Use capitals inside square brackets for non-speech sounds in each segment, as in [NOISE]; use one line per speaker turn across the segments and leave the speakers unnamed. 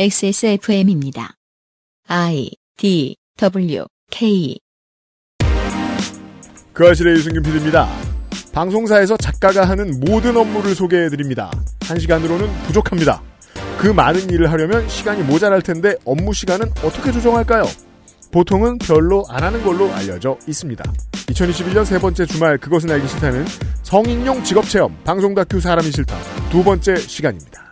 XSFM입니다. I D W K
그 아실의 유승균 PD입니다. 방송사에서 작가가 하는 모든 업무를 소개해드립니다. 한 시간으로는 부족합니다. 그 많은 일을 하려면 시간이 모자랄 텐데 업무 시간은 어떻게 조정할까요? 보통은 별로 안 하는 걸로 알려져 있습니다. 2021년 세 번째 주말 그것은 알기 싫다는 성인용 직업체험 방송 다큐 사람이 싫다 두 번째 시간입니다.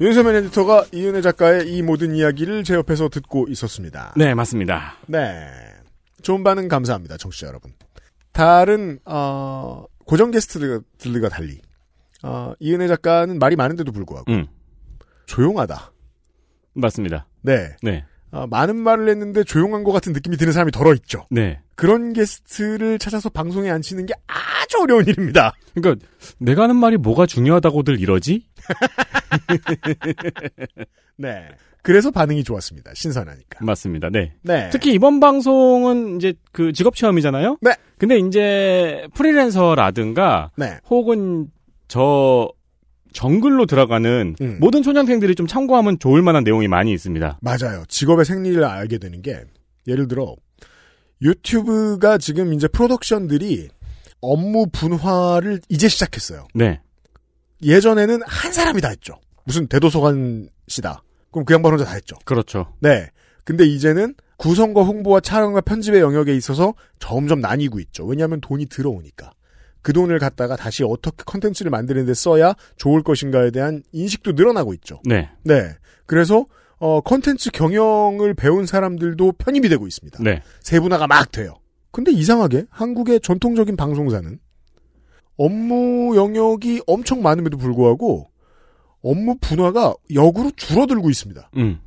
윤세민 에디터가 이은혜 작가의 이 모든 이야기를 제 옆에서 듣고 있었습니다.
네, 맞습니다.
네. 좋은 반응 감사합니다, 청취자 여러분. 다른, 어, 고정 게스트들과 달리, 어, 이은혜 작가는 말이 많은데도 불구하고,
음,
조용하다.
맞습니다.
네.
네,
어, 많은 말을 했는데 조용한 것 같은 느낌이 드는 사람이 덜어 있죠.
네.
그런 게스트를 찾아서 방송에 앉히는 게 아주 어려운 일입니다.
그러니까 내가 하는 말이 뭐가 중요하다고들 이러지?
네. 그래서 반응이 좋았습니다. 신선하니까.
맞습니다. 네.
네.
특히 이번 방송은 이제 그 직업 체험이잖아요.
네.
근데 이제 프리랜서라든가
네.
혹은 저 정글로 들어가는
음.
모든 초년생들이 좀 참고하면 좋을 만한 내용이 많이 있습니다.
맞아요. 직업의 생리를 알게 되는 게 예를 들어 유튜브가 지금 이제 프로덕션들이 업무 분화를 이제 시작했어요.
네.
예전에는 한 사람이 다 했죠. 무슨 대도서관 씨다. 그럼 그 양반 혼자 다 했죠.
그렇죠.
네. 근데 이제는 구성과 홍보와 촬영과 편집의 영역에 있어서 점점 나뉘고 있죠. 왜냐하면 돈이 들어오니까. 그 돈을 갖다가 다시 어떻게 컨텐츠를 만드는 데 써야 좋을 것인가에 대한 인식도 늘어나고 있죠.
네.
네. 그래서 어 컨텐츠 경영을 배운 사람들도 편입이 되고 있습니다.
네.
세분화가 막 돼요. 근데 이상하게 한국의 전통적인 방송사는 업무 영역이 엄청 많음에도 불구하고 업무 분화가 역으로 줄어들고 있습니다.
음.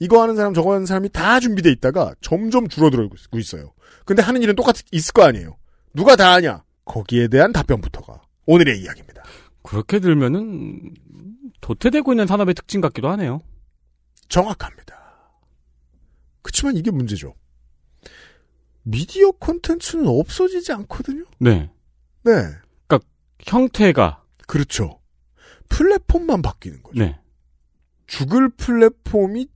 이거 하는 사람 저거 하는 사람이 다 준비돼 있다가 점점 줄어들고 있어요. 근데 하는 일은 똑같이 있을 거 아니에요. 누가 다 하냐? 거기에 대한 답변부터가 오늘의 이야기입니다.
그렇게 들면은 도태되고 있는 산업의 특징 같기도 하네요.
정확합니다. 그치만 이게 문제죠. 미디어 콘텐츠는 없어지지 않거든요.
네.
네,
형태가
그렇죠. 플랫폼만 바뀌는 거죠.
네.
죽을 플랫폼이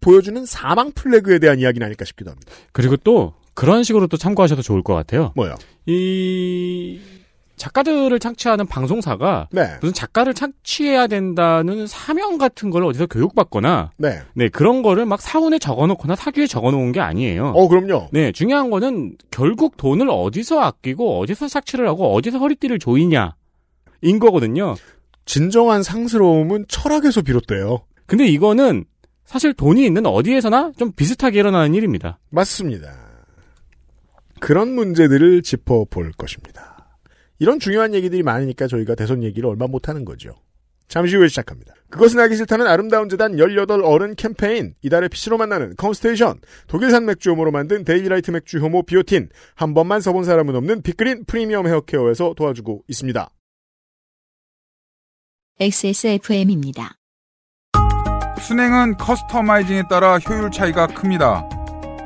보여주는 사망 플래그에 대한 이야기는 아닐까 싶기도 합니다.
그리고 또 그런 식으로 또 참고하셔도 좋을 것 같아요.
뭐요?
이 작가들을 창취하는 방송사가
네,
무슨 작가를 창취해야 된다는 사명 같은 걸 어디서 교육받거나
네.
네 그런 거를 막 사원에 적어놓거나 사규에 적어놓은 게 아니에요.
어, 그럼요.
네 중요한 거는 결국 돈을 어디서 아끼고 어디서 착취를 하고 어디서 허리띠를 조이냐 인 거거든요.
진정한 상스러움은 철학에서 비롯돼요.
근데 이거는 사실 돈이 있는 어디에서나 좀 비슷하게 일어나는 일입니다.
맞습니다. 그런 문제들을 짚어볼 것입니다. 이런 중요한 얘기들이 많으니까 저희가 대선 얘기를 얼마 못하는 거죠. 잠시 후에 시작합니다. 그것은 알기 싫다는 아름다운 재단 18 어른 캠페인, 이달의 PC로 만나는 컴스테이션, 독일산 맥주 효모로 만든 데일리라이트 맥주 효모 비오틴, 한 번만 써본 사람은 없는 빅그린 프리미엄 헤어케어에서 도와주고 있습니다.
XSFM입니다.
순행은 커스터마이징에 따라 효율 차이가 큽니다.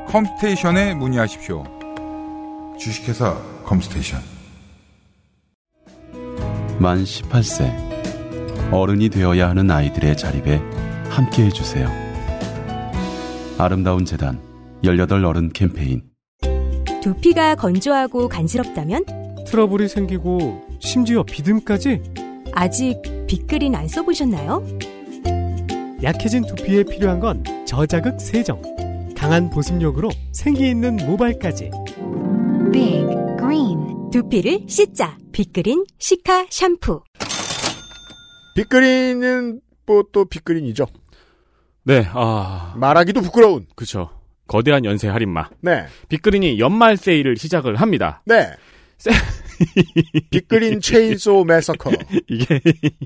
컴스테이션에 문의하십시오. 주식회사 컴스테이션.
만 18세 어른이 되어야 하는 아이들의 자립에 함께 해주세요. 아름다운 재단 18 어른 캠페인
두피가 건조하고 간지럽다면
트러블이 생기고 심지어 비듬까지
아직 빅그린 안 써보셨나요?
약해진 두피에 필요한 건 저자극 세정 강한 보습력으로 생기 있는 모발까지
Big Green
두피를 씻자 빅그린 시카 샴푸
빅그린은 뭐 또 빅그린이죠.
네, 아
말하기도 부끄러운.
그쵸. 거대한 연쇄 할인마
네,
빅그린이 연말 세일을 시작을 합니다.
네.
세-
빅그린 체인소 매서커.
[LAUGHS] 이게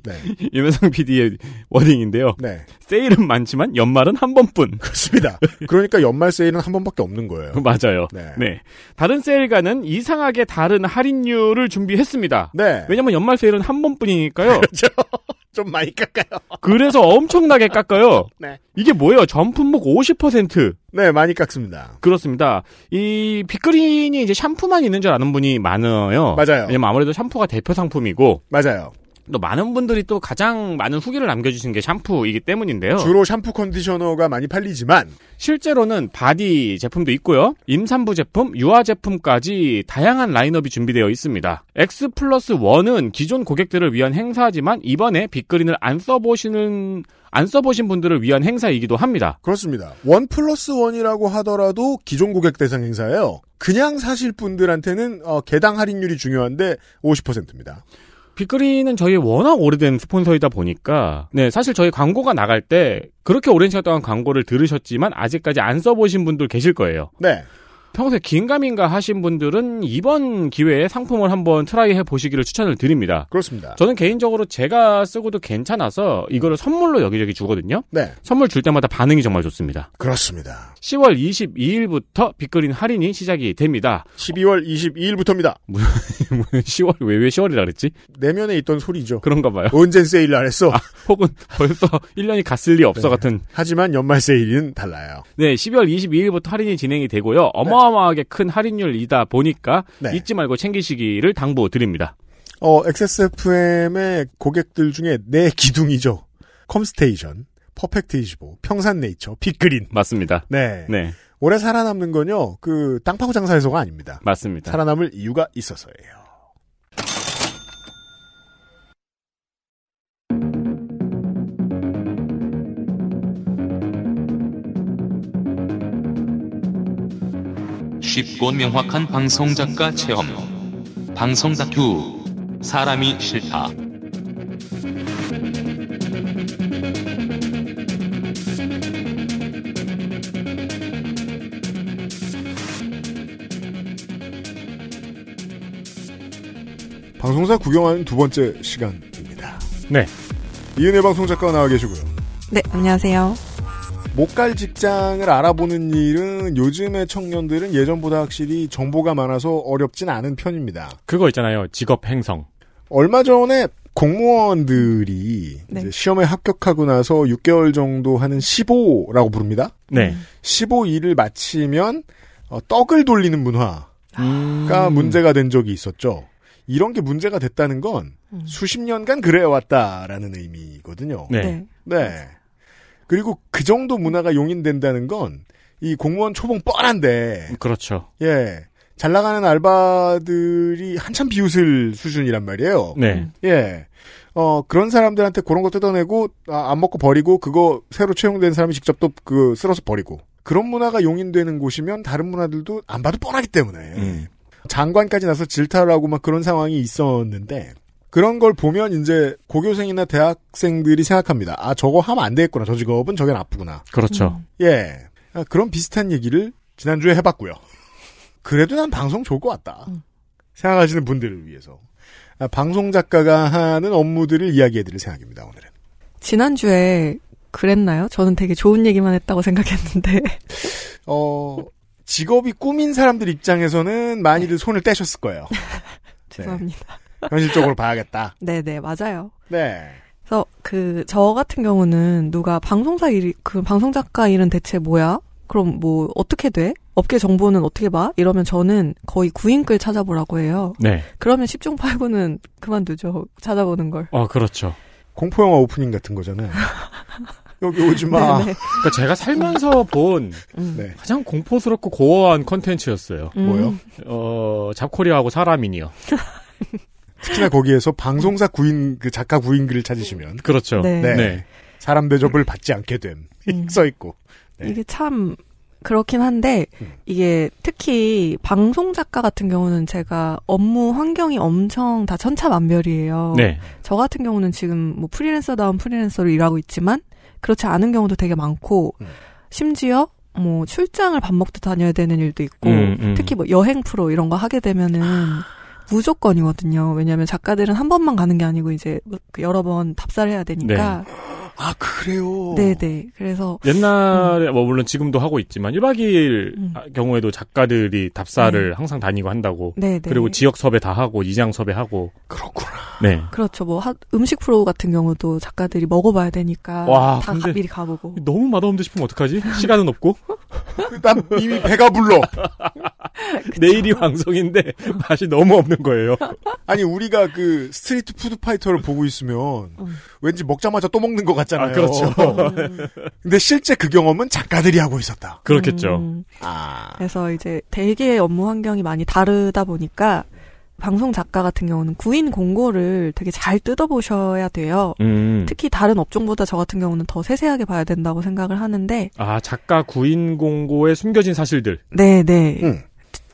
네.
유명상 PD의 워딩인데요.
네.
세일은 많지만 연말은 한 번뿐.
그렇습니다. 그러니까 연말 세일은 한 번밖에 없는 거예요.
[LAUGHS] 맞아요.
네.
네. 다른 세일과는 이상하게 다른 할인율을 준비했습니다.
네.
왜냐면 연말 세일은 한 [LAUGHS] 번뿐이니까요.
좀 많이 깎아요.
[LAUGHS] 그래서 엄청나게 깎아요.
네.
이게 뭐예요? 전품목 50%.
네, 많이 깎습니다.
그렇습니다. 이 빅그린이 이제 샴푸만 있는 줄 아는 분이 많아요.
맞아요.
왜냐면 아무래도 샴푸가 대표 상품이고
맞아요.
또 많은 분들이 또 가장 많은 후기를 남겨주신 게 샴푸이기 때문인데요.
주로 샴푸 컨디셔너가 많이 팔리지만
실제로는 바디 제품도 있고요. 임산부 제품, 유아 제품까지 다양한 라인업이 준비되어 있습니다. X 플러스 1은 기존 고객들을 위한 행사지만 이번에 빅그린을 안 써보시는, 안 써보신 분들을 위한 행사이기도 합니다.
그렇습니다. 원 플러스 원이라고 하더라도 기존 고객 대상 행사예요. 그냥 사실 분들한테는 어, 개당 할인율이 중요한데 50%입니다.
빅그린은 저희 워낙 오래된 스폰서이다 보니까, 네, 사실 저희 광고가 나갈 때 그렇게 오랜 시간 동안 광고를 들으셨지만 아직까지 안 써보신 분들 계실 거예요.
네,
평소에 긴가민가 하신 분들은 이번 기회에 상품을 한번 트라이 해보시기를 추천을 드립니다.
그렇습니다.
아. 저는 개인적으로 제가 쓰고도 괜찮아서 이거를 선물로 여기저기 주거든요.
네,
선물 줄 때마다 반응이 정말 좋습니다.
그렇습니다.
10월 22일부터 빅그린 할인이 시작이 됩니다. [LAUGHS]
12월 22일부터입니다.
10월 왜 왜 10월이라 그랬지?
내면에 있던 소리죠.
그런가 봐요.
언젠 세일을 안 했어.
아, 혹은 벌써 1년이 갔을 리 없어
네.
같은.
하지만 연말 세일은 달라요.
네, 12월 22일부터 할인이 진행이 되고요. 어마어마하게 큰 할인율이다 보니까
네.
잊지 말고 챙기시기를 당부드립니다.
어, XSFM의 고객들 중에 내 기둥이죠. 컴스테이션, 퍼펙트 25, 평산네이처, 빅그린.
맞습니다.
네.
네,
올해 살아남는 건요. 그 땅파고 장사에서가 아닙니다.
맞습니다.
살아남을 이유가 있어서예요.
쉽고 명확한 방송 작가 체험. 방송 다큐. 사람이 싫다.
방송사 구경하는 두 번째 시간입니다.
네.
이은혜 방송 작가 나와 계시고요.
네, 안녕하세요.
못 갈 직장을 알아보는 일은 요즘의 청년들은 예전보다 확실히 정보가 많아서 어렵진 않은 편입니다.
그거 있잖아요. 직업 행성.
얼마 전에 공무원들이
네.
이제 시험에 합격하고 나서 6개월 정도 하는 15라고 부릅니다.
네.
음.
15일을 마치면 어, 떡을 돌리는 문화가
아. 음.
문제가 된 적이 있었죠. 이런 게 문제가 됐다는 건
음.
수십 년간 그래왔다라는 의미거든요.
네. 네.
네.
네. 그리고 그 정도 문화가 용인된다는 건 이 공무원 초봉 뻔한데
네.
그렇죠.
예. 잘 나가는 알바들이 한참 비웃을 수준이란 말이에요.
네.
예. 어, 그런 사람들한테 그런 거 뜯어내고, 아, 안 먹고 버리고, 그거 새로 채용된 사람이 직접 또 그, 쓸어서 버리고. 그런 문화가 용인되는 곳이면 다른 문화들도 안 봐도 뻔하기 때문에.
음.
장관까지 나서 질타를 하고 막 그런 상황이 있었는데, 그런 걸 보면 이제 고교생이나 대학생들이 생각합니다. 아, 저거 하면 안 되겠구나. 저 직업은 저게 나쁘구나.
그렇죠.
음.
예. 아, 그런 비슷한 얘기를 지난주에 해봤고요. 그래도 난 방송 좋을 것 같다.
음.
생각하시는 분들을 위해서. 아, 방송 작가가 하는 업무들을 이야기해드릴 생각입니다, 오늘은.
지난주에 그랬나요? 저는 되게 좋은 얘기만 했다고
네.
생각했는데.
어, 직업이 꿈인 사람들 입장에서는 많이들 손을 떼셨을
[LAUGHS]
거예요.
네.
네.
죄송합니다.
현실적으로 봐야겠다.
네, 네, 맞아요.
네.
그래서 그 저 같은 경우는 누가 방송사 일, 그 방송 작가 일은 대체 뭐야? 그럼 뭐 어떻게 돼? 업계 정보는 어떻게 봐? 이러면 저는 거의 구인글 찾아보라고 해요.
네.
그러면 10중 8구는 그만두죠. 찾아보는 걸.
아, 그렇죠.
공포영화 오프닝 같은
[LAUGHS]
거잖아요. 여기 오지 마.
네, 네.
그러니까 제가 살면서 본
음.
네.
가장 공포스럽고 고어한 컨텐츠였어요.
음.
뭐요?
어, 잡코리아하고 사람이니요.
특히나 거기에서 방송사 구인, 그 작가 구인글을 찾으시면
그렇죠.
네.
네.
네.
사람 대접을 받지 않게 됨. [LAUGHS]
음.
써있고. 네.
이게 참 그렇긴 한데
음.
이게 특히 방송 작가 같은 경우는 제가 업무 환경이 엄청 다 천차만별이에요.
네.
저 같은 경우는 지금 뭐 프리랜서다운 프리랜서로 일하고 있지만 그렇지 않은 경우도 되게 많고
음.
심지어 뭐 출장을 밥 먹듯 다녀야 되는 일도 있고
음, 음.
특히 뭐 여행 프로 이런 거 하게 되면은 그
네.
무조건이거든요. 왜냐하면 작가들은 한 번만 가는 게 아니고 이제 뭐 여러 번 답사를 해야 되니까
아, 그래요?
네네. 그래서
옛날에 뭐 물론 지금도 하고 있지만 1박 2일 아,
음.
경우에도 작가들이 답사를
네.
항상 다니고 한다고
네네.
그리고 지역 섭외 다 하고 이장 섭외하고
그렇구나.
네.
그렇죠. 뭐 하- 음식 프로 같은 경우도 작가들이 먹어봐야 되니까
와,
다
근데-
가- 미리 가보고.
너무 맛없는데 싶으면 어떡하지? 시간은 없고
난그 이미 배가 불러.
[LAUGHS] 내일이 방송인데 [LAUGHS] 맛이 너무 없는 거예요.
아니, 우리가 그 스트리트 푸드 파이터를 보고 있으면
음.
왠지 먹자마자 또 먹는 것 같잖아요.
아, 그렇죠.
음,
[LAUGHS] 근데 실제 그 경험은 작가들이 하고 있었다.
그렇겠죠.
음.
아.
그래서 이제 대개의 업무 환경이 많이 다르다 보니까 방송 작가 같은 경우는 구인 공고를 되게 잘 뜯어보셔야 돼요.
음.
특히 다른 업종보다 저 같은 경우는 더 세세하게 봐야 된다고 생각을 하는데,
아 작가 구인 공고에 숨겨진 사실들.
네네.
음.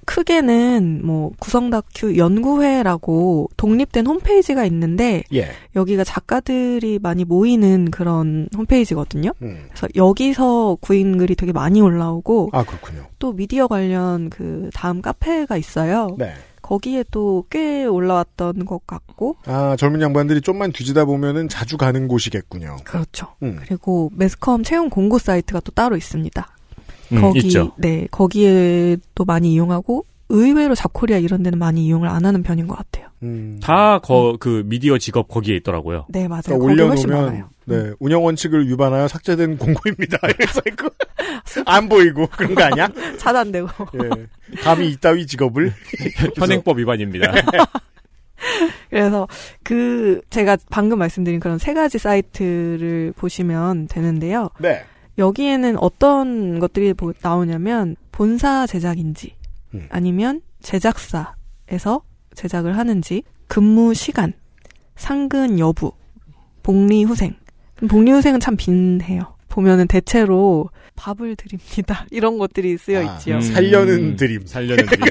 크게는 뭐 구성다큐 연구회라고 독립된 홈페이지가 있는데,
예.
여기가 작가들이 많이 모이는 그런 홈페이지거든요.
음.
그래서 여기서 구인 글이 되게 많이 올라오고,
아, 그렇군요.
또 미디어 관련 그 다음 카페가 있어요.
네.
거기에 또 꽤 올라왔던 것 같고
아, 젊은 양반들이 좀만 뒤지다 보면은 자주 가는 곳이겠군요.
그렇죠.
음.
그리고 매스컴 채용 공고 사이트가 또 따로 있습니다.
음,
거기
있죠.
네 거기에 또 많이 이용하고 의외로 잡코리아 이런 데는 많이 이용을 안 하는 편인 것 같아요.
음.
다 거 그 미디어 직업 거기에 있더라고요.
네 맞아요.
그러니까
거기 훨씬
올려놓으면
많아요.
네 운영 원칙을 위반하여 삭제된
[LAUGHS]
공고입니다. 그래서 이거 안 보이고 그런 거 아니야?
차단되고
예. 감히 이따위
[LAUGHS]
직업을
현행법 위반입니다.
[LAUGHS] 그래서 그 제가 방금 말씀드린 그런 세 가지 사이트를 보시면 되는데요.
네.
여기에는 어떤 것들이 보- 나오냐면 본사 제작인지
음.
아니면 제작사에서 제작을 하는지 근무 시간 상근 여부 복리 후생 복리 후생은 참 빈해요 보면은 대체로 밥을 드립니다 [LAUGHS] 이런 것들이 쓰여
아,
있지요
음. 살려는 드림.
살려는
[LAUGHS]
드림.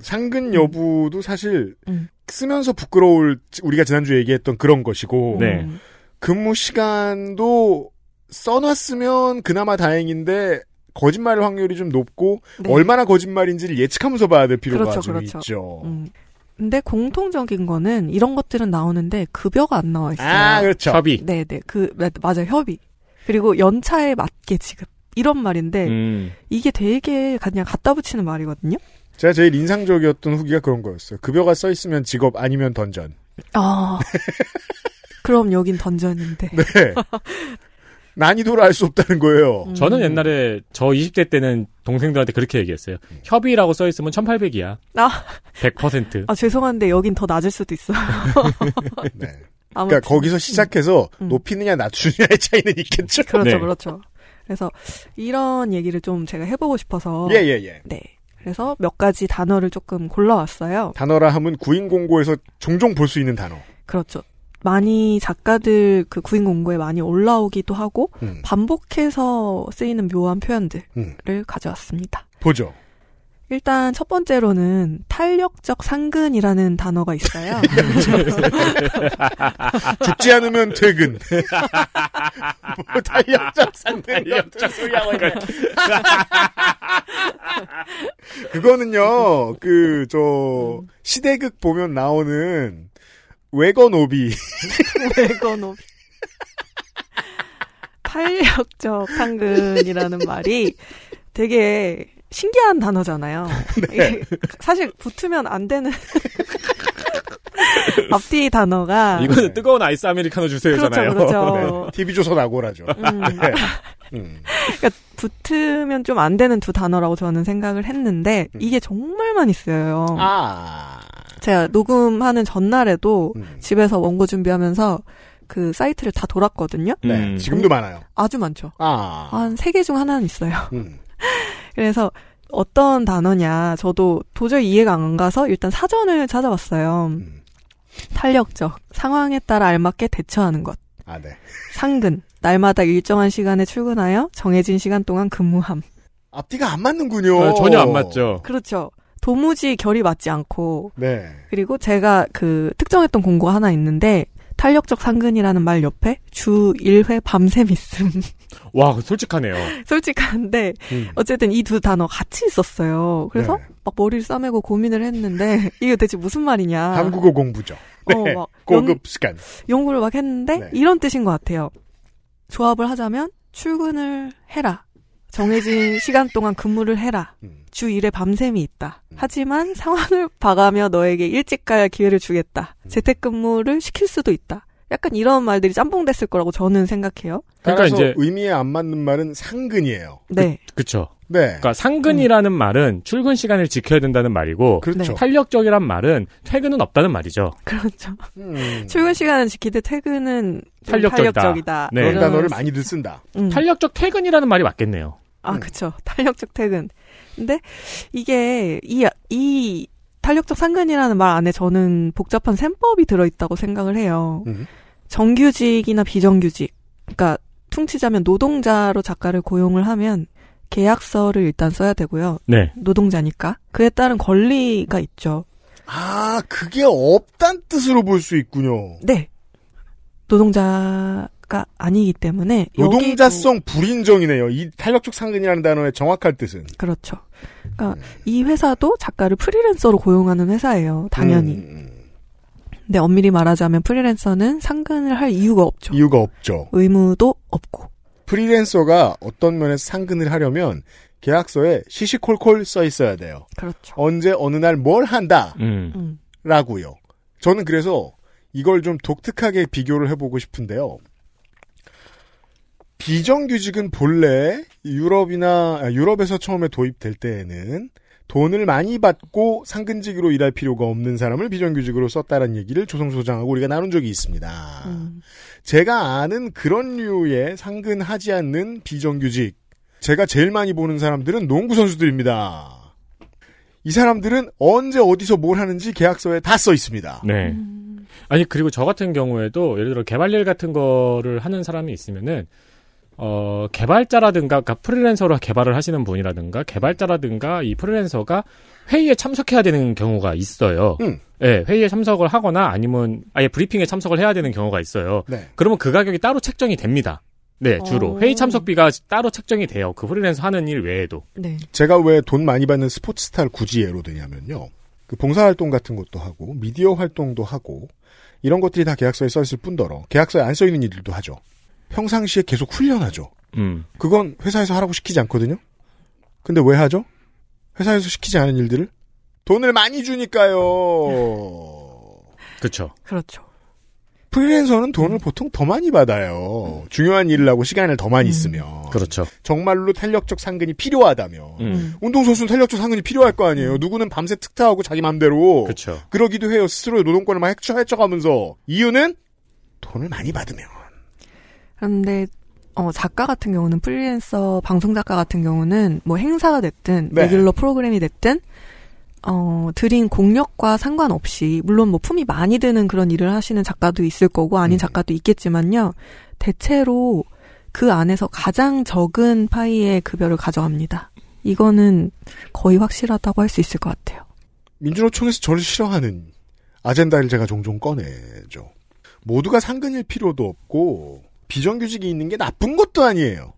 상근 여부도 사실
음.
쓰면서 부끄러울 지- 우리가 지난주에 얘기했던 그런 것이고
네.
음,
근무 시간도 써놨으면 그나마 다행인데 거짓말 확률이 좀 높고
네.
얼마나 거짓말인지를 예측하면서 봐야 될 필요가
그렇죠,
좀
그렇죠.
있죠.
음. 근데 공통적인 거는 이런 것들은 나오는데 급여가 안 나와 있어요
아 그렇죠.
협의.
네네 그 맞- 맞아요 협의 그리고 연차에 맞게 지급 이런 말인데
음.
이게 되게 그냥 갖다 붙이는 말이거든요.
제가 제일 인상적이었던 후기가 그런 거였어요. 급여가 써 있으면 직업 아니면 던전.
아 [LAUGHS] 그럼 여긴 던전인데. [LAUGHS]
네. 난이도를 알 수 없다는 거예요.
음.
저는 옛날에 저 20대 때는 동생들한테 그렇게 얘기했어요.
음.
협의라고 써 있으면 1,800이야.
아.
100%.
아 죄송한데 여긴 더 낮을 수도 있어요. [LAUGHS]
네.
아무튼
그러니까 거기서 시작해서
음.
높이느냐 낮추느냐의 차이는 있겠죠.
그렇죠
네.
그렇죠. 그래서 이런 얘기를 좀 제가 해보고 싶어서
예, 예, 예.
네 그래서 몇 가지 단어를 조금 골라왔어요.
단어라 함은 구인 공고에서 종종 볼 수 있는 단어.
그렇죠. 많이 작가들 그 구인 공고에 많이 올라오기도 하고
음.
반복해서 쓰이는 묘한 표현들을
음.
가져왔습니다.
보죠.
일단 첫 번째로는 탄력적 상근이라는
[LAUGHS]
단어가 있어요. [LAUGHS]
죽지 않으면 퇴근. 뭐
아,
탄력적 상대 역적 그거는요, 그, 저,
음.
시대극 보면 나오는 외건 오비. [LAUGHS]
외건오비. 탄력적 상근이라는 말이 되게 신기한
[LAUGHS]
단어잖아요.
네.
이게 사실 붙으면 안 되는 [LAUGHS] 앞뒤 단어가
이거는 뜨거운 아이스 아메리카노 주세요잖아요.
그렇죠, 그렇죠.
네,
[LAUGHS]
TV조선 악오라죠.
음, [LAUGHS]
네. 음.
붙으면 좀 안 되는 두 단어라고 저는 생각을 했는데
음.
이게 정말 많이 쓰여요.
아.
제가 녹음하는 전날에도
음.
집에서 원고 준비하면서 그 사이트를 다 돌았거든요.
네,
음.
지금도 많아요.
아주 많죠.
아.
한 세 개 중 하나는 있어요. [LAUGHS]
음.
그래서 어떤 단어냐 저도 도저히 이해가 안 가서 일단 사전을 찾아봤어요.
음.
탄력적, 상황에 따라 알맞게 대처하는 것.
아, 네.
상근, 날마다 일정한 시간에 출근하여 정해진 시간 동안 근무함.
앞뒤가 안 맞는군요.
아, 전혀 안 맞죠.
그렇죠. 도무지 결이 맞지 않고
네.
그리고 제가 그 특정했던 공고 하나 있는데 탄력적 상근이라는 말 옆에 주 1회 밤샘 있음.
와, 솔직하네요.
[LAUGHS] 솔직한데
음.
어쨌든 이 두 단어 같이 있었어요. 그래서
네.
막 머리를 싸매고 고민을 했는데 [LAUGHS] 이게 대체 무슨 말이냐.
아.
한국어 공부죠.
어, 막
고급 시간.
연, 구를막 했는데
네.
이런 뜻인 것 같아요. 조합을 하자면 출근을 해라. 정해진 시간 동안 근무를 해라.
음.
주 1회 밤샘이 있다. 하지만 상황을 봐가며 너에게 일찍 갈 기회를 주겠다.
음.
재택근무를 시킬 수도 있다. 약간 이런 말들이 짬뽕됐을 거라고 저는 생각해요.
그러니까
따라서
이제-
의미에 안 맞는 말은 상근이에요.
네. [LAUGHS]
그쵸.
네.
그러니까 상근이라는 말은 출근 시간을 지켜야 된다는 말이고
그렇죠.
탄력적이란 말은 퇴근은 없다는 말이죠.
그렇죠.
음,
출근 시간은 지키되 퇴근은 좀
탄력적이다.
탄력적이다.
네.
그런
이런-
단어를 많이들 쓴다.
음.
탄력적 퇴근이라는 말이 맞겠네요.
음.
아, 그쵸. [LAUGHS] 탄력적 퇴근. 근데 이게 이, 이 탄력적 상근이라는 말 안에 저는 복잡한 셈법이 들어있다고 생각을 해요.
음.
정규직이나 비정규직. 그러니까 퉁치자면 노동자로 작가를 고용을 하면 계약서를 일단 써야 되고요.
네.
노동자니까. 그에 따른 권리가 있죠.
아, 그게 없단 뜻으로 볼 수 있군요.
네. 노동자가 아니기 때문에 여기도-
노동자성 불인정이네요. 이 탄력적 상근이라는 단어의 정확한 뜻은.
그렇죠.
음.
그러니까 이 회사도 작가를 프리랜서로 고용하는 회사예요. 당연히.
음, 음.
근데 엄밀히 말하자면 프리랜서는 상근을 할 이유가 없죠.
이유가 없죠.
의무도 없고.
프리랜서가 어떤 면에서 상근을 하려면 계약서에 시시콜콜 써 있어야 돼요.
그렇죠.
언제 어느 날 뭘 한다
음.
음.
라고요. 저는 그래서 이걸 좀 독특하게 비교를 해보고 싶은데요. 비정규직은 본래 유럽이나 아, 유럽에서 처음에 도입될 때에는 돈을 많이 받고 상근직으로 일할 필요가 없는 사람을 비정규직으로 썼다는 얘기를 조성 소장하고 우리가 나눈 적이 있습니다.
음.
제가 아는 그런 류의 상근하지 않는 비정규직. 제가 제일 많이 보는 사람들은 농구 선수들입니다. 이 사람들은 언제 어디서 뭘 하는지 계약서에 다 써 있습니다.
네.
음.
아니 그리고 저 같은 경우에도 예를 들어 개발일 같은 거를 하는 사람이 있으면은 어 개발자라든가 그러니까 프리랜서로 개발을 하시는 분이라든가 개발자라든가 이 프리랜서가 회의에 참석해야 되는 경우가 있어요.
음.
예, 회의에 참석을 하거나 아니면 아예 브리핑에 참석을 해야 되는 경우가 있어요.
네.
그러면 그 가격이 따로 책정이 됩니다. 네, 주로
어.
회의 참석비가 따로 책정이 돼요. 그 프리랜서 하는 일 외에도.
네.
제가 왜 돈 많이 받는 스포츠 스타를 굳이 예로 드냐면요. 그 봉사활동 같은 것도 하고, 미디어 활동도 하고, 이런 것들이 다 계약서에 써 있을 뿐더러, 계약서에 안 써 있는 일들도 하죠. 평상시에 계속 훈련하죠.
음.
그건 회사에서 하라고 시키지 않거든요. 근데 왜 하죠? 회사에서 시키지 않은 일들을 돈을 많이 주니까요.
그렇죠.
그렇죠.
프리랜서는 돈을 보통 더 많이 받아요. 중요한 일을 하고 시간을 더 많이
음.
쓰면
그렇죠.
정말로 탄력적 상근이 필요하다면
음.
운동선수는 탄력적 상근이 필요할 거 아니에요. 누구는 밤새 특타하고 자기 맘대로
그렇죠.
그러기도 해요. 스스로의 노동권을 막 헤쳐 헤쳐가면서 이유는 돈을 많이 받으면
그런데 어, 작가 같은 경우는 프리랜서 방송 작가 같은 경우는 뭐 행사가 됐든
네.
레귤러 프로그램이 됐든 어, 드린 공력과 상관없이 물론 뭐 품이 많이 드는 그런 일을 하시는 작가도 있을 거고 아닌
음.
작가도 있겠지만요. 대체로 그 안에서 가장 적은 파이의 급여를 가져갑니다. 이거는 거의 확실하다고 할 수 있을 것 같아요.
민주노총에서 저를 싫어하는 아젠다를 제가 종종 꺼내죠. 모두가 상근일 필요도 없고 비정규직이 있는 게 나쁜 것도 아니에요.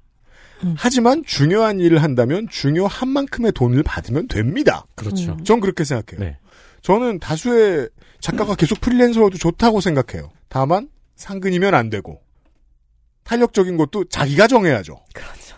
음.
하지만 중요한 일을 한다면 중요한 만큼의 돈을 받으면 됩니다.
그렇죠.
음.
전 그렇게 생각해요.
네.
저는 다수의 작가가 계속 프리랜서로도 좋다고 생각해요. 다만 상근이면 안 되고 탄력적인 것도 자기가 정해야죠.
그렇죠.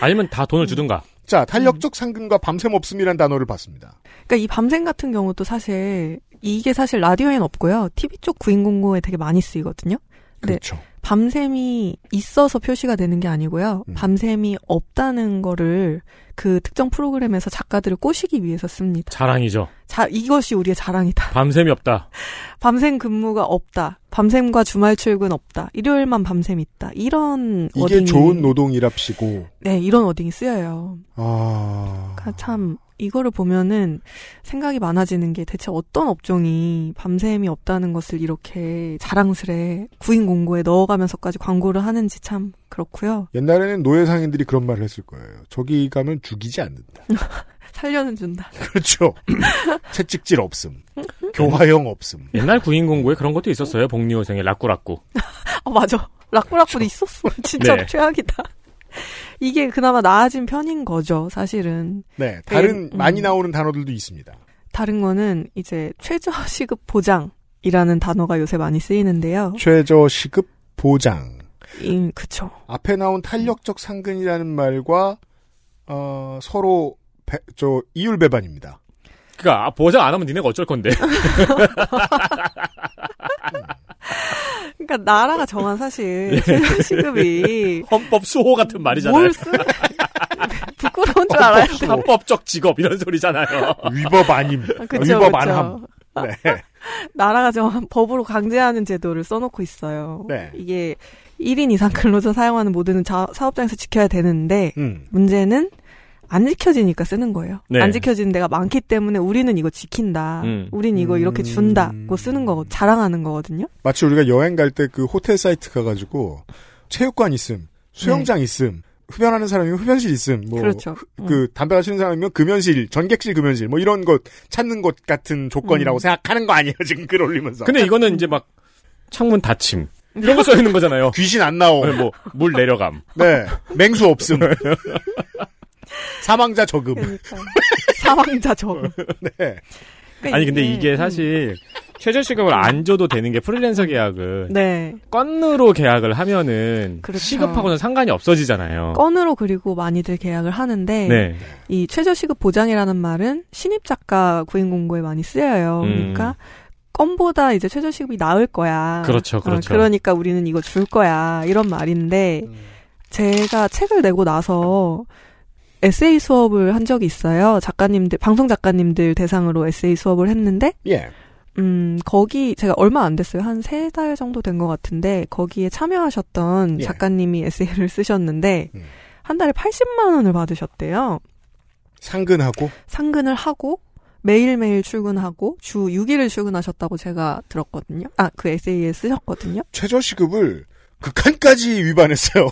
아니면 다 돈을 주든가.
자, 탄력적 상근과 밤샘 없음이란 단어를 봤습니다.
그러니까 이 밤샘 같은 경우도 사실 이게 사실 라디오엔 없고요. TV 쪽 구인 공고에 되게 많이 쓰이거든요. 네.
그렇죠.
밤샘이 있어서 표시가 되는 게 아니고요.
음.
밤샘이 없다는 거를 그 특정 프로그램에서 작가들을 꼬시기 위해서 씁니다.
자랑이죠.
자, 이것이 우리의 자랑이다. [LAUGHS]
밤샘이 없다.
밤샘 근무가 없다. 밤샘과 주말 출근 없다. 일요일만 밤샘 있다. 이런
이게
워딩이
좋은 노동이랍시고
네, 이런 워딩이 쓰여요.
아.
그러니까 참 이거를 보면은 생각이 많아지는 게 대체 어떤 업종이 밤샘이 없다는 것을 이렇게 자랑스레 구인 공고에 넣어가면서까지 광고를 하는지 참 그렇고요.
옛날에는 노예 상인들이 그런 말을 했을 거예요. 저기 가면 죽이지
[LAUGHS]
않는다.
살려는 준다.
그렇죠. [LAUGHS] 채찍질 없음. 교화형 없음.
옛날 구인 공고에 그런 것도 있었어요. 복리호생의 라꾸라꾸.
아, 맞아. 락구락구도 있었어. [LAUGHS] 진짜
네.
최악이다. 이게 그나마 나아진 편인 거죠, 사실은.
네, 다른
음.
많이 나오는 단어들도 있습니다.
다른 거는 이제 최저시급 보장이라는 단어가 요새 많이 쓰이는데요.
최저 시급 보장.
이, 그쵸.
앞에 나온 탄력적 상근이라는 말과 어, 서로 배- 저 이율 배반입니다.
그니까, 아, 보장 안 하면 니네가 어쩔 건데. [LAUGHS]
그러니까 나라가 정한 사실 최저시급이
헌법 수호 네. [LAUGHS] 같은 말이잖아요. 어,
뭘 쓰? [LAUGHS] 부끄러운 줄 알아요.
헌법, 합법적 직업, 이런 소리잖아요.
위법 아님.
[LAUGHS] 그쵸,
위법 안함.
그쵸.
네.
[LAUGHS] 나라가 정한 법으로 강제하는 제도를 써놓고 있어요.
네.
이게 1인 이상 근로자 사용하는 모든 자- 사업장에서 지켜야 되는데
음.
문제는 안 지켜지니까 쓰는 거예요.
네.
안 지켜지는 데가 많기 때문에 우리는 이거 지킨다.
음.
우린 이거 이렇게
음.
준다고 쓰는 거고 자랑하는 거거든요.
마치 우리가 여행 갈 때 그 호텔 사이트 가가지고 체육관 있음, 수영장 있음, 흡연하는 사람이면 흡연실 있음, 뭐
네. 그렇죠. 음. [LAUGHS]
그 담배 가시는 사람이면 금연실, 전객실 금연실 뭐 이런 것 찾는 것 같은 조건이라고
음.
생각하는 거 아니에요 지금 글 올리면서
근데 이거는 이제 막, 창문 닫힘. 이런 거 써있는 거잖아요.
귀신 안 나오.
네, 뭐, 물 내려감.
네 맹수 없음. 사망자 적음.
그러니까 사망자 적응.
네.
그러니까
아니, 근데 이게 사실, 최저시급을 안 줘도 되는 게 프리랜서 계약은,
네
건으로 계약을 하면은,
그렇죠.
시급하고는 상관이 없어지잖아요.
건으로 그리고 많이들 계약을 하는데
네.
이 최저시급 보장이라는 말은 신입 작가 구인 공고에 많이 쓰여요.
음.
그러니까 건보다 이제 최저시급이 나을 거야.
그렇죠, 그렇죠.
어, 그러니까 우리는 이거 줄 거야. 이런 말인데
음.
제가 책을 내고 나서 에세이 수업을 한 적이 있어요. 작가님들 방송 작가님들 대상으로 에세이 수업을 했는데
예.
음 거기 제가 얼마 안 됐어요. 한 세 달 정도 된 것 같은데 거기에 참여하셨던
예.
작가님이 에세이를 쓰셨는데
음.
한 달에 80만 원을 받으셨대요.
상근하고
상근을 하고 매일매일 출근하고 주 6일을 출근하셨다고 제가 들었거든요. 아, 그 에세이에 쓰셨거든요.
최저시급을 극한까지 위반했어요.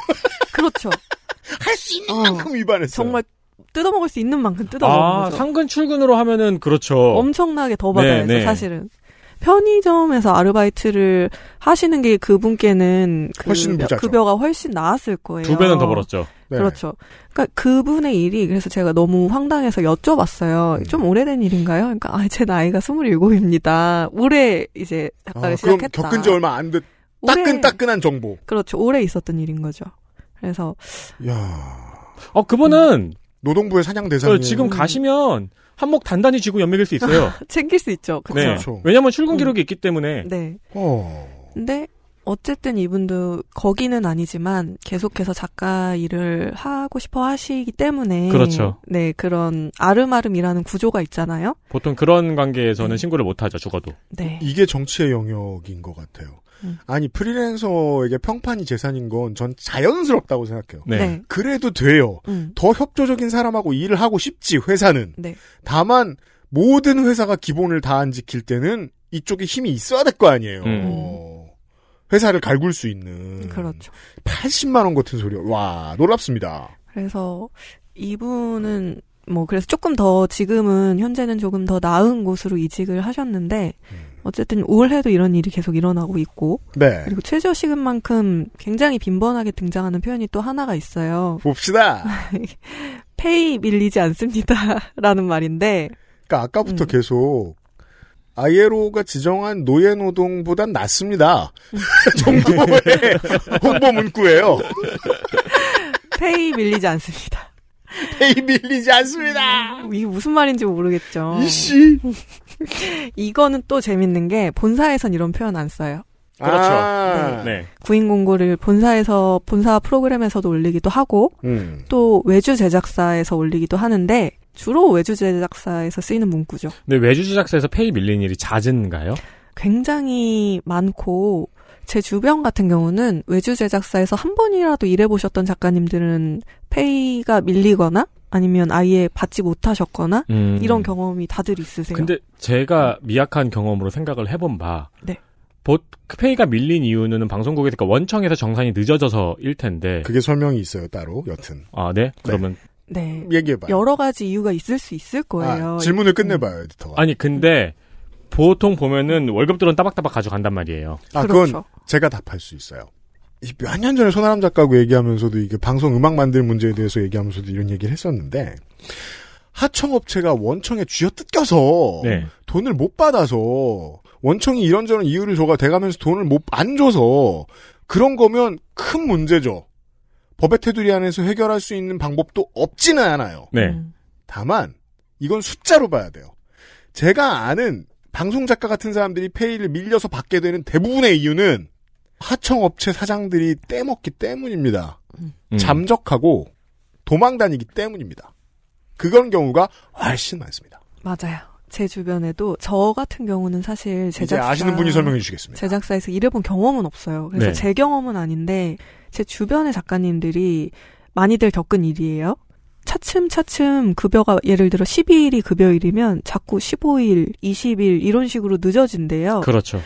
[LAUGHS]
그렇죠.
네. 할 수 있는
어.
만큼 위반했어요.
정말 뜯어먹을 수 있는 만큼 뜯어먹은
아,
거죠.
상근 출근으로 하면은, 그렇죠.
엄청나게 더 받아야죠,
네, 네.
사실은. 편의점에서 아르바이트를 하시는 게 그분께는 그
훨씬 부자죠.
급여가 훨씬 나았을 거예요.
두 배는 더 벌었죠.
네.
그렇죠. 그러니까 그분의 일이 그래서 제가 너무 황당해서 여쭤봤어요.
음.
좀 오래된 일인가요? 그러니까 아, 제 나이가 27입니다. 올해 이제
아,
작가를
그럼
시작했다.
겪은 지 얼마 안 됐.
올해-
따끈따끈한 정보.
그렇죠. 오래 있었던 일인 거죠. 그래서
야
어, 그분은,
노동부의 사냥
저
대상.
어, 지금 가시면, 한몫 단단히 쥐고 연맥일 수 [LAUGHS] 있어요.
챙길 수 있죠. 그렇죠.
네.
네.
그렇죠.
왜냐면 출근 기록이 있기 때문에.
어.
근데 어쨌든 이분도 거기는 아니지만 계속해서 작가 일을 하고 싶어 하시기 때문에
그렇죠.
네, 그런 아름아름이라는 구조가 있잖아요.
보통 그런 관계에서는 신고를 못 하죠, 죽어도.
네.
이게 정치의 영역인 것 같아요.
음.
아니 프리랜서에게 평판이 재산인 건 전 자연스럽다고 생각해요.
네.
그래도 돼요.
음.
더 협조적인 사람하고 일을 하고 싶지 회사는.
네.
다만 모든 회사가 기본을 다 안 지킬 때는 이쪽에 힘이 있어야 될 거 아니에요.
음.
어, 회사를 갈굴 수 있는
그렇죠.
80만 원 같은 소리. 와 놀랍습니다.
그래서 이분은 뭐 그래서 조금 더 지금은 현재는 조금 더 나은 곳으로 이직을 하셨는데
음.
어쨌든 올해도 이런 일이 계속 일어나고 있고
네
그리고 최저시급만큼 굉장히 빈번하게 등장하는 표현이 또 하나가 있어요.
봅시다.
페이 밀리지 않습니다. 라는 말인데,
그러니까 아까부터
음.
계속 ILO가 지정한 노예 노동보단 낫습니다. [LAUGHS] 정도의 홍보 문구예요.
페이 밀리지 않습니다. [LAUGHS]
페이 밀리지 않습니다.
이게 무슨 말인지 모르겠죠.
이씨.
이거는 또 재밌는 게, 본사에선 이런 표현 안 써요.
그렇죠.
아.
네.
구인 공고를 본사에서, 본사 프로그램에서도 올리기도 하고,
음.
또 외주 제작사에서 올리기도 하는데, 주로 외주 제작사에서 쓰이는 문구죠.
근데 외주 제작사에서 페이 밀린 일이 잦은가요?
굉장히 많고 제 주변 같은 경우는 외주 제작사에서 한 번이라도 일해보셨던 작가님들은 페이가 밀리거나 아니면 아예 받지 못하셨거나
음.
이런 경험이 다들 있으세요.
근데 제가 미약한 경험으로 생각을 해본 바.
네.
보, 페이가 밀린 이유는 방송국에서 그러니까 원청에서 정산이 늦어져서일 텐데.
그게 설명이 있어요 따로 여튼
아, 네? 그러면.
네.
얘기해봐요.
여러 가지 이유가 있을 수 있을 거예요.
음. 아, 질문을 끝내봐요 에디터가.
아니, 근데, 보통 보면은 월급들은 따박따박 가져간단 말이에요.
아 그건
그렇죠.
제가 답할 수 있어요. 몇 년 전에 손아람 작가하고 얘기하면서도 이게 방송 음악 만들 문제에 대해서 얘기하면서도 이런 얘기를 했었는데 하청업체가 원청에 쥐어뜯겨서
네.
돈을 못 받아서 원청이 이런저런 이유를 줘가 돼가면서 돈을 못 안 줘서 그런 거면 큰 문제죠. 법의 테두리 안에서 해결할 수 있는 방법도 없지는 않아요.
네.
음.
다만 이건 숫자로 봐야 돼요. 제가 아는 방송 작가 같은 사람들이 페이를 밀려서 받게 되는 대부분의 이유는 하청업체 사장들이 떼먹기 때문입니다.
음.
잠적하고 도망다니기 때문입니다. 그런 경우가 훨씬 많습니다.
맞아요. 제 주변에도 저 같은 경우는 사실
이제
제작사
아시는 분이 설명해 주시겠습니다.
제작사에서 일해본 경험은 없어요. 그래서
네.
제 경험은 아닌데 제 주변의 작가님들이 많이들 겪은 일이에요. 차츰차츰 급여가 예를 들어 12일이 급여일이면 자꾸 15일, 20일 이런 식으로 늦어진대요.
그렇죠.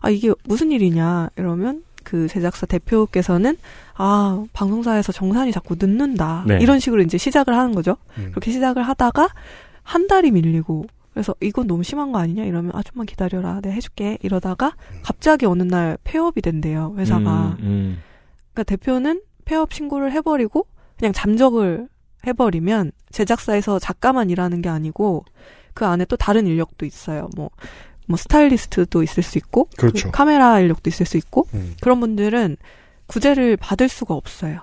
아 이게 무슨 일이냐 이러면 그 제작사 대표께서는 아 방송사에서 정산이 자꾸 늦는다
네.
이런 식으로 이제 시작을 하는 거죠.
음.
그렇게 시작을 하다가 한 달이 밀리고 그래서 이건 너무 심한 거 아니냐 이러면 아 좀만 기다려라 내가 해줄게 이러다가 갑자기 어느 날 폐업이 된대요 회사가
음, 음.
그러니까 대표는 폐업 신고를 해버리고 그냥 잠적을 해버리면 제작사에서 작가만 일하는 게 아니고 그 안에 또 다른 인력도 있어요 뭐 뭐 스타일리스트도 있을 수 있고
그렇죠.
카메라 인력도 있을 수 있고
음.
그런 분들은 구제를 받을 수가 없어요.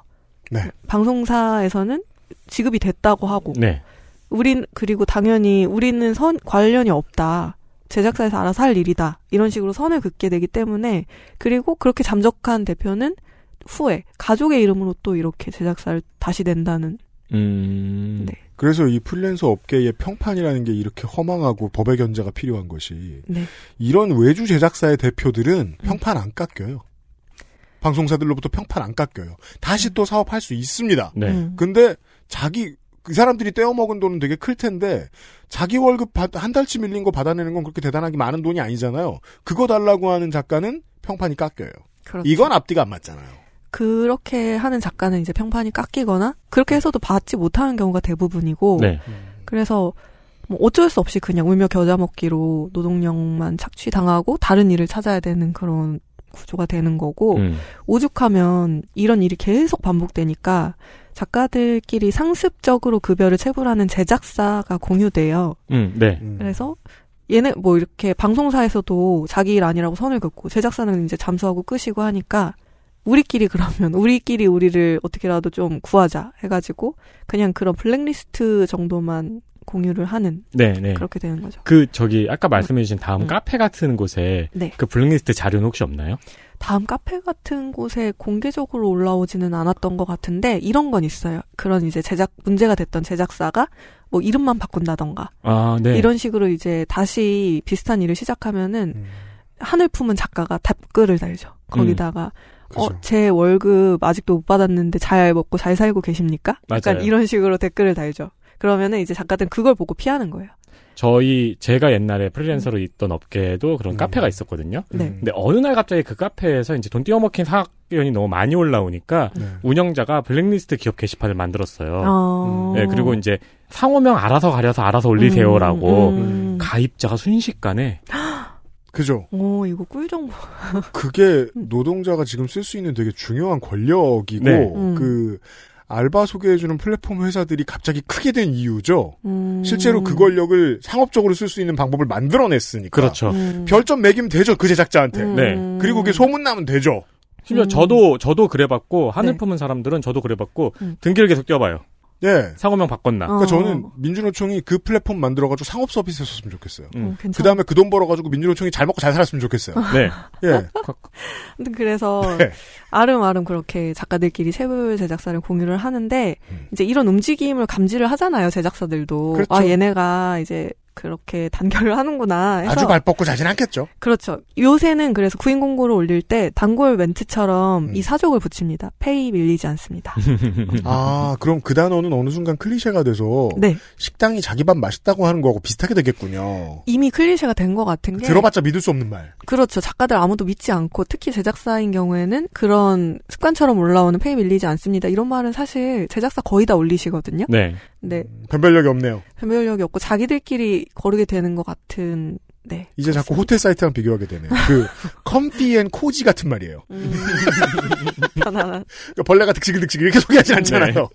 네.
방송사에서는 지급이 됐다고 하고
네.
우린 그리고 당연히 우리는 선 관련이 없다. 제작사에서 알아서 할 일이다. 이런 식으로 선을 긋게 되기 때문에 그리고 그렇게 잠적한 대표는 후에 가족의 이름으로 또 이렇게 제작사를 다시 낸다는
음.
네.
그래서 이 프리랜서 업계의 평판이라는 게 이렇게 허망하고 법의 견제가 필요한 것이
네.
이런 외주 제작사의 대표들은
음.
평판 안 깎여요. 방송사들로부터 평판 안 깎여요. 다시 또 사업할 수 있습니다.
네.
음.
근데 자기 그 사람들이 떼어먹은 돈은 되게 클 텐데 자기 월급 받- 한 달치 밀린 거 받아내는 건 그렇게 대단하게 많은 돈이 아니잖아요. 그거 달라고 하는 작가는 평판이 깎여요.
그렇죠.
이건 앞뒤가 안 맞잖아요.
그렇게 하는 작가는 이제 평판이 깎이거나 그렇게 해서도 받지 못하는 경우가 대부분이고
네.
그래서 뭐 어쩔 수 없이 그냥 울며 겨자 먹기로 노동력만 착취당하고 다른 일을 찾아야 되는 그런 구조가 되는 거고
음.
오죽하면 이런 일이 계속 반복되니까 작가들끼리 상습적으로 급여를 체불하는 제작사가 공유돼요.
음, 네.
음.
그래서 얘네 뭐 이렇게 방송사에서도 자기 일 아니라고 선을 긋고 제작사는 이제 잠수하고 끄시고 하니까 우리끼리 그러면 우리끼리 우리를 어떻게라도 좀 구하자 해가지고 그냥 그런 블랙리스트 정도만 공유를 하는
네, 네.
그렇게 되는 거죠.
그 저기 아까 말씀해 주신 다음
음.
카페 같은 곳에
네.
그 블랙리스트 자료는 혹시 없나요?
다음 카페 같은 곳에 공개적으로 올라오지는 않았던 것 같은데 이런 건 있어요. 그런 이제 제작 문제가 됐던 제작사가 뭐 이름만 바꾼다던가
아, 네.
이런 식으로 이제 다시 비슷한 일을 시작하면은
음.
하늘 품은 작가가 답글을 달죠. 거기다가
음.
그죠.
어, 제 월급 아직도 못 받았는데 잘 먹고 잘 살고 계십니까?
맞아요.
약간 이런 식으로 댓글을 달죠. 그러면은 이제 작가들은 그걸 보고 피하는 거예요.
저희 제가 옛날에 프리랜서로 있던 업계에도 그런
음.
카페가 있었거든요.
네.
음.
근데 어느 날 갑자기 그 카페에서 이제 돈 띄어먹힌 사학연이 너무 많이 올라오니까
네.
운영자가 블랙리스트 기업 게시판을 만들었어요.
어.
네, 그리고 이제 상호명 알아서 가려서 알아서 올리세요라고
음, 음.
가입자가 순식간에
그죠.
오, 이거 꿀정보.
그게
음.
노동자가 지금 쓸 수 있는 되게 중요한 권력이고
네.
음.
그 알바 소개해주는 플랫폼 회사들이 갑자기 크게 된 이유죠.
음.
실제로 그 권력을 상업적으로 쓸 수 있는 방법을 만들어냈으니까.
그렇죠.
음.
별점 매기면 되죠 그 제작자한테.
음.
네.
그리고 그게 소문나면 되죠.
심지어
음.
저도 저도 그래봤고 하늘
네.
품은 사람들은 저도 그래봤고
음.
등기를 계속 띄어봐요.
예.
상호명 바꿨나.
어.
그러니까 저는 민주노총이 그 플랫폼 만들어가지고 상업 서비스 했었으면 좋겠어요.
음.
어, 괜찮아.
그 다음에 그 돈 벌어가지고 민주노총이 잘 먹고 잘 살았으면 좋겠어요.
네.
예.
아무튼 그래서
[LAUGHS] 네.
아름아름 그렇게 작가들끼리 체불 제작사를 공유를 하는데
음.
이제 이런 움직임을 감지를 하잖아요 제작사들도
그렇죠.
아 얘네가 이제 그렇게 단결을 하는구나 해서
아주 발 뻗고 자진 않겠죠.
그렇죠 요새는 그래서 구인 공고를 올릴 때 단골 멘트처럼
음. 뭐.
이 사족을 붙입니다 페이
[LAUGHS]
밀리지 않습니다
음.
아 그럼 그 단어는 어느 순간 클리셰가 돼서
네
식당이 자기 밥 맛있다고 하는 거하고 비슷하게 되겠군요.
이미 클리셰가 된 것 같은 게
들어봤자 믿을 수 없는 말.
그렇죠 작가들 아무도 믿지 않고 특히 제작사인 경우에는 그런 습관처럼 올라오는 페이 밀리지 않습니다 이런 말은 사실 제작사 거의 다 올리시거든요
네.
네
변별력이 없네요.
변별력이 없고 자기들끼리 거르게 되는 것 같은 네
이제 자꾸 호텔 사이트랑 비교하게 되네요.
[LAUGHS]
그 컴피 앤 코지 같은 말이에요.
음, 편안한
그러니까 벌레가 득식득식 이렇게 소개하진 않잖아요.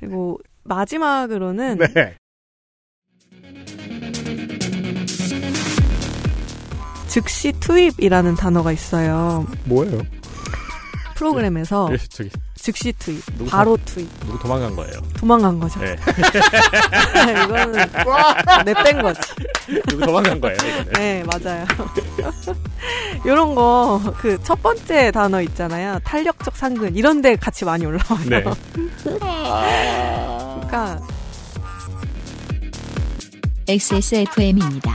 그리고 마지막으로는
네.
즉시 투입이라는 단어가 있어요.
뭐예요?
프로그램에서
예, 저기
즉시 투입,
누구
바로 투입.
누구 도망간 거예요.
도망간 거죠.
네.
[LAUGHS] 이거는 내뺀 거지.
누구 도망간 거예요. 이거는.
네, 맞아요. [LAUGHS] 이런 거 그 첫 번째 단어 있잖아요. 탄력적 상근 이런 데 같이 많이 올라와요.
네.
그러니까
XSFM입니다.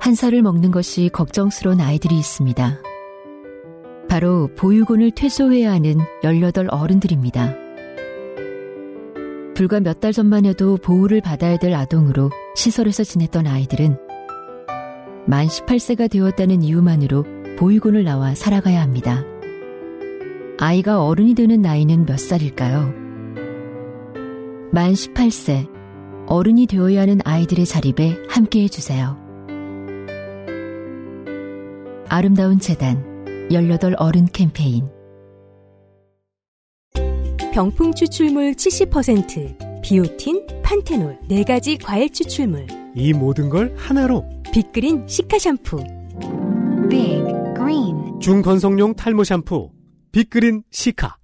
한 살을 먹는 것이 걱정스러운 아이들이 있습니다. 바로 보육원을 퇴소해야 하는 18 어른들입니다. 불과 몇 달 전만 해도 보호를 받아야 될 아동으로 시설에서 지냈던 아이들은 만 18세가 되었다는 이유만으로 보육원을 나와 살아가야 합니다. 아이가 어른이 되는 나이는 몇 살일까요? 만 18세, 어른이 되어야 하는 아이들의 자립에 함께 해주세요. 아름다운 재단 18 어른 캠페인
병풍 추출물 70%, 비오틴, 판테놀 네 가지 과일 추출물.
이 모든 걸 하나로
빅그린 시카 샴푸.
Big Green
중건성용 탈모 샴푸 빅그린 시카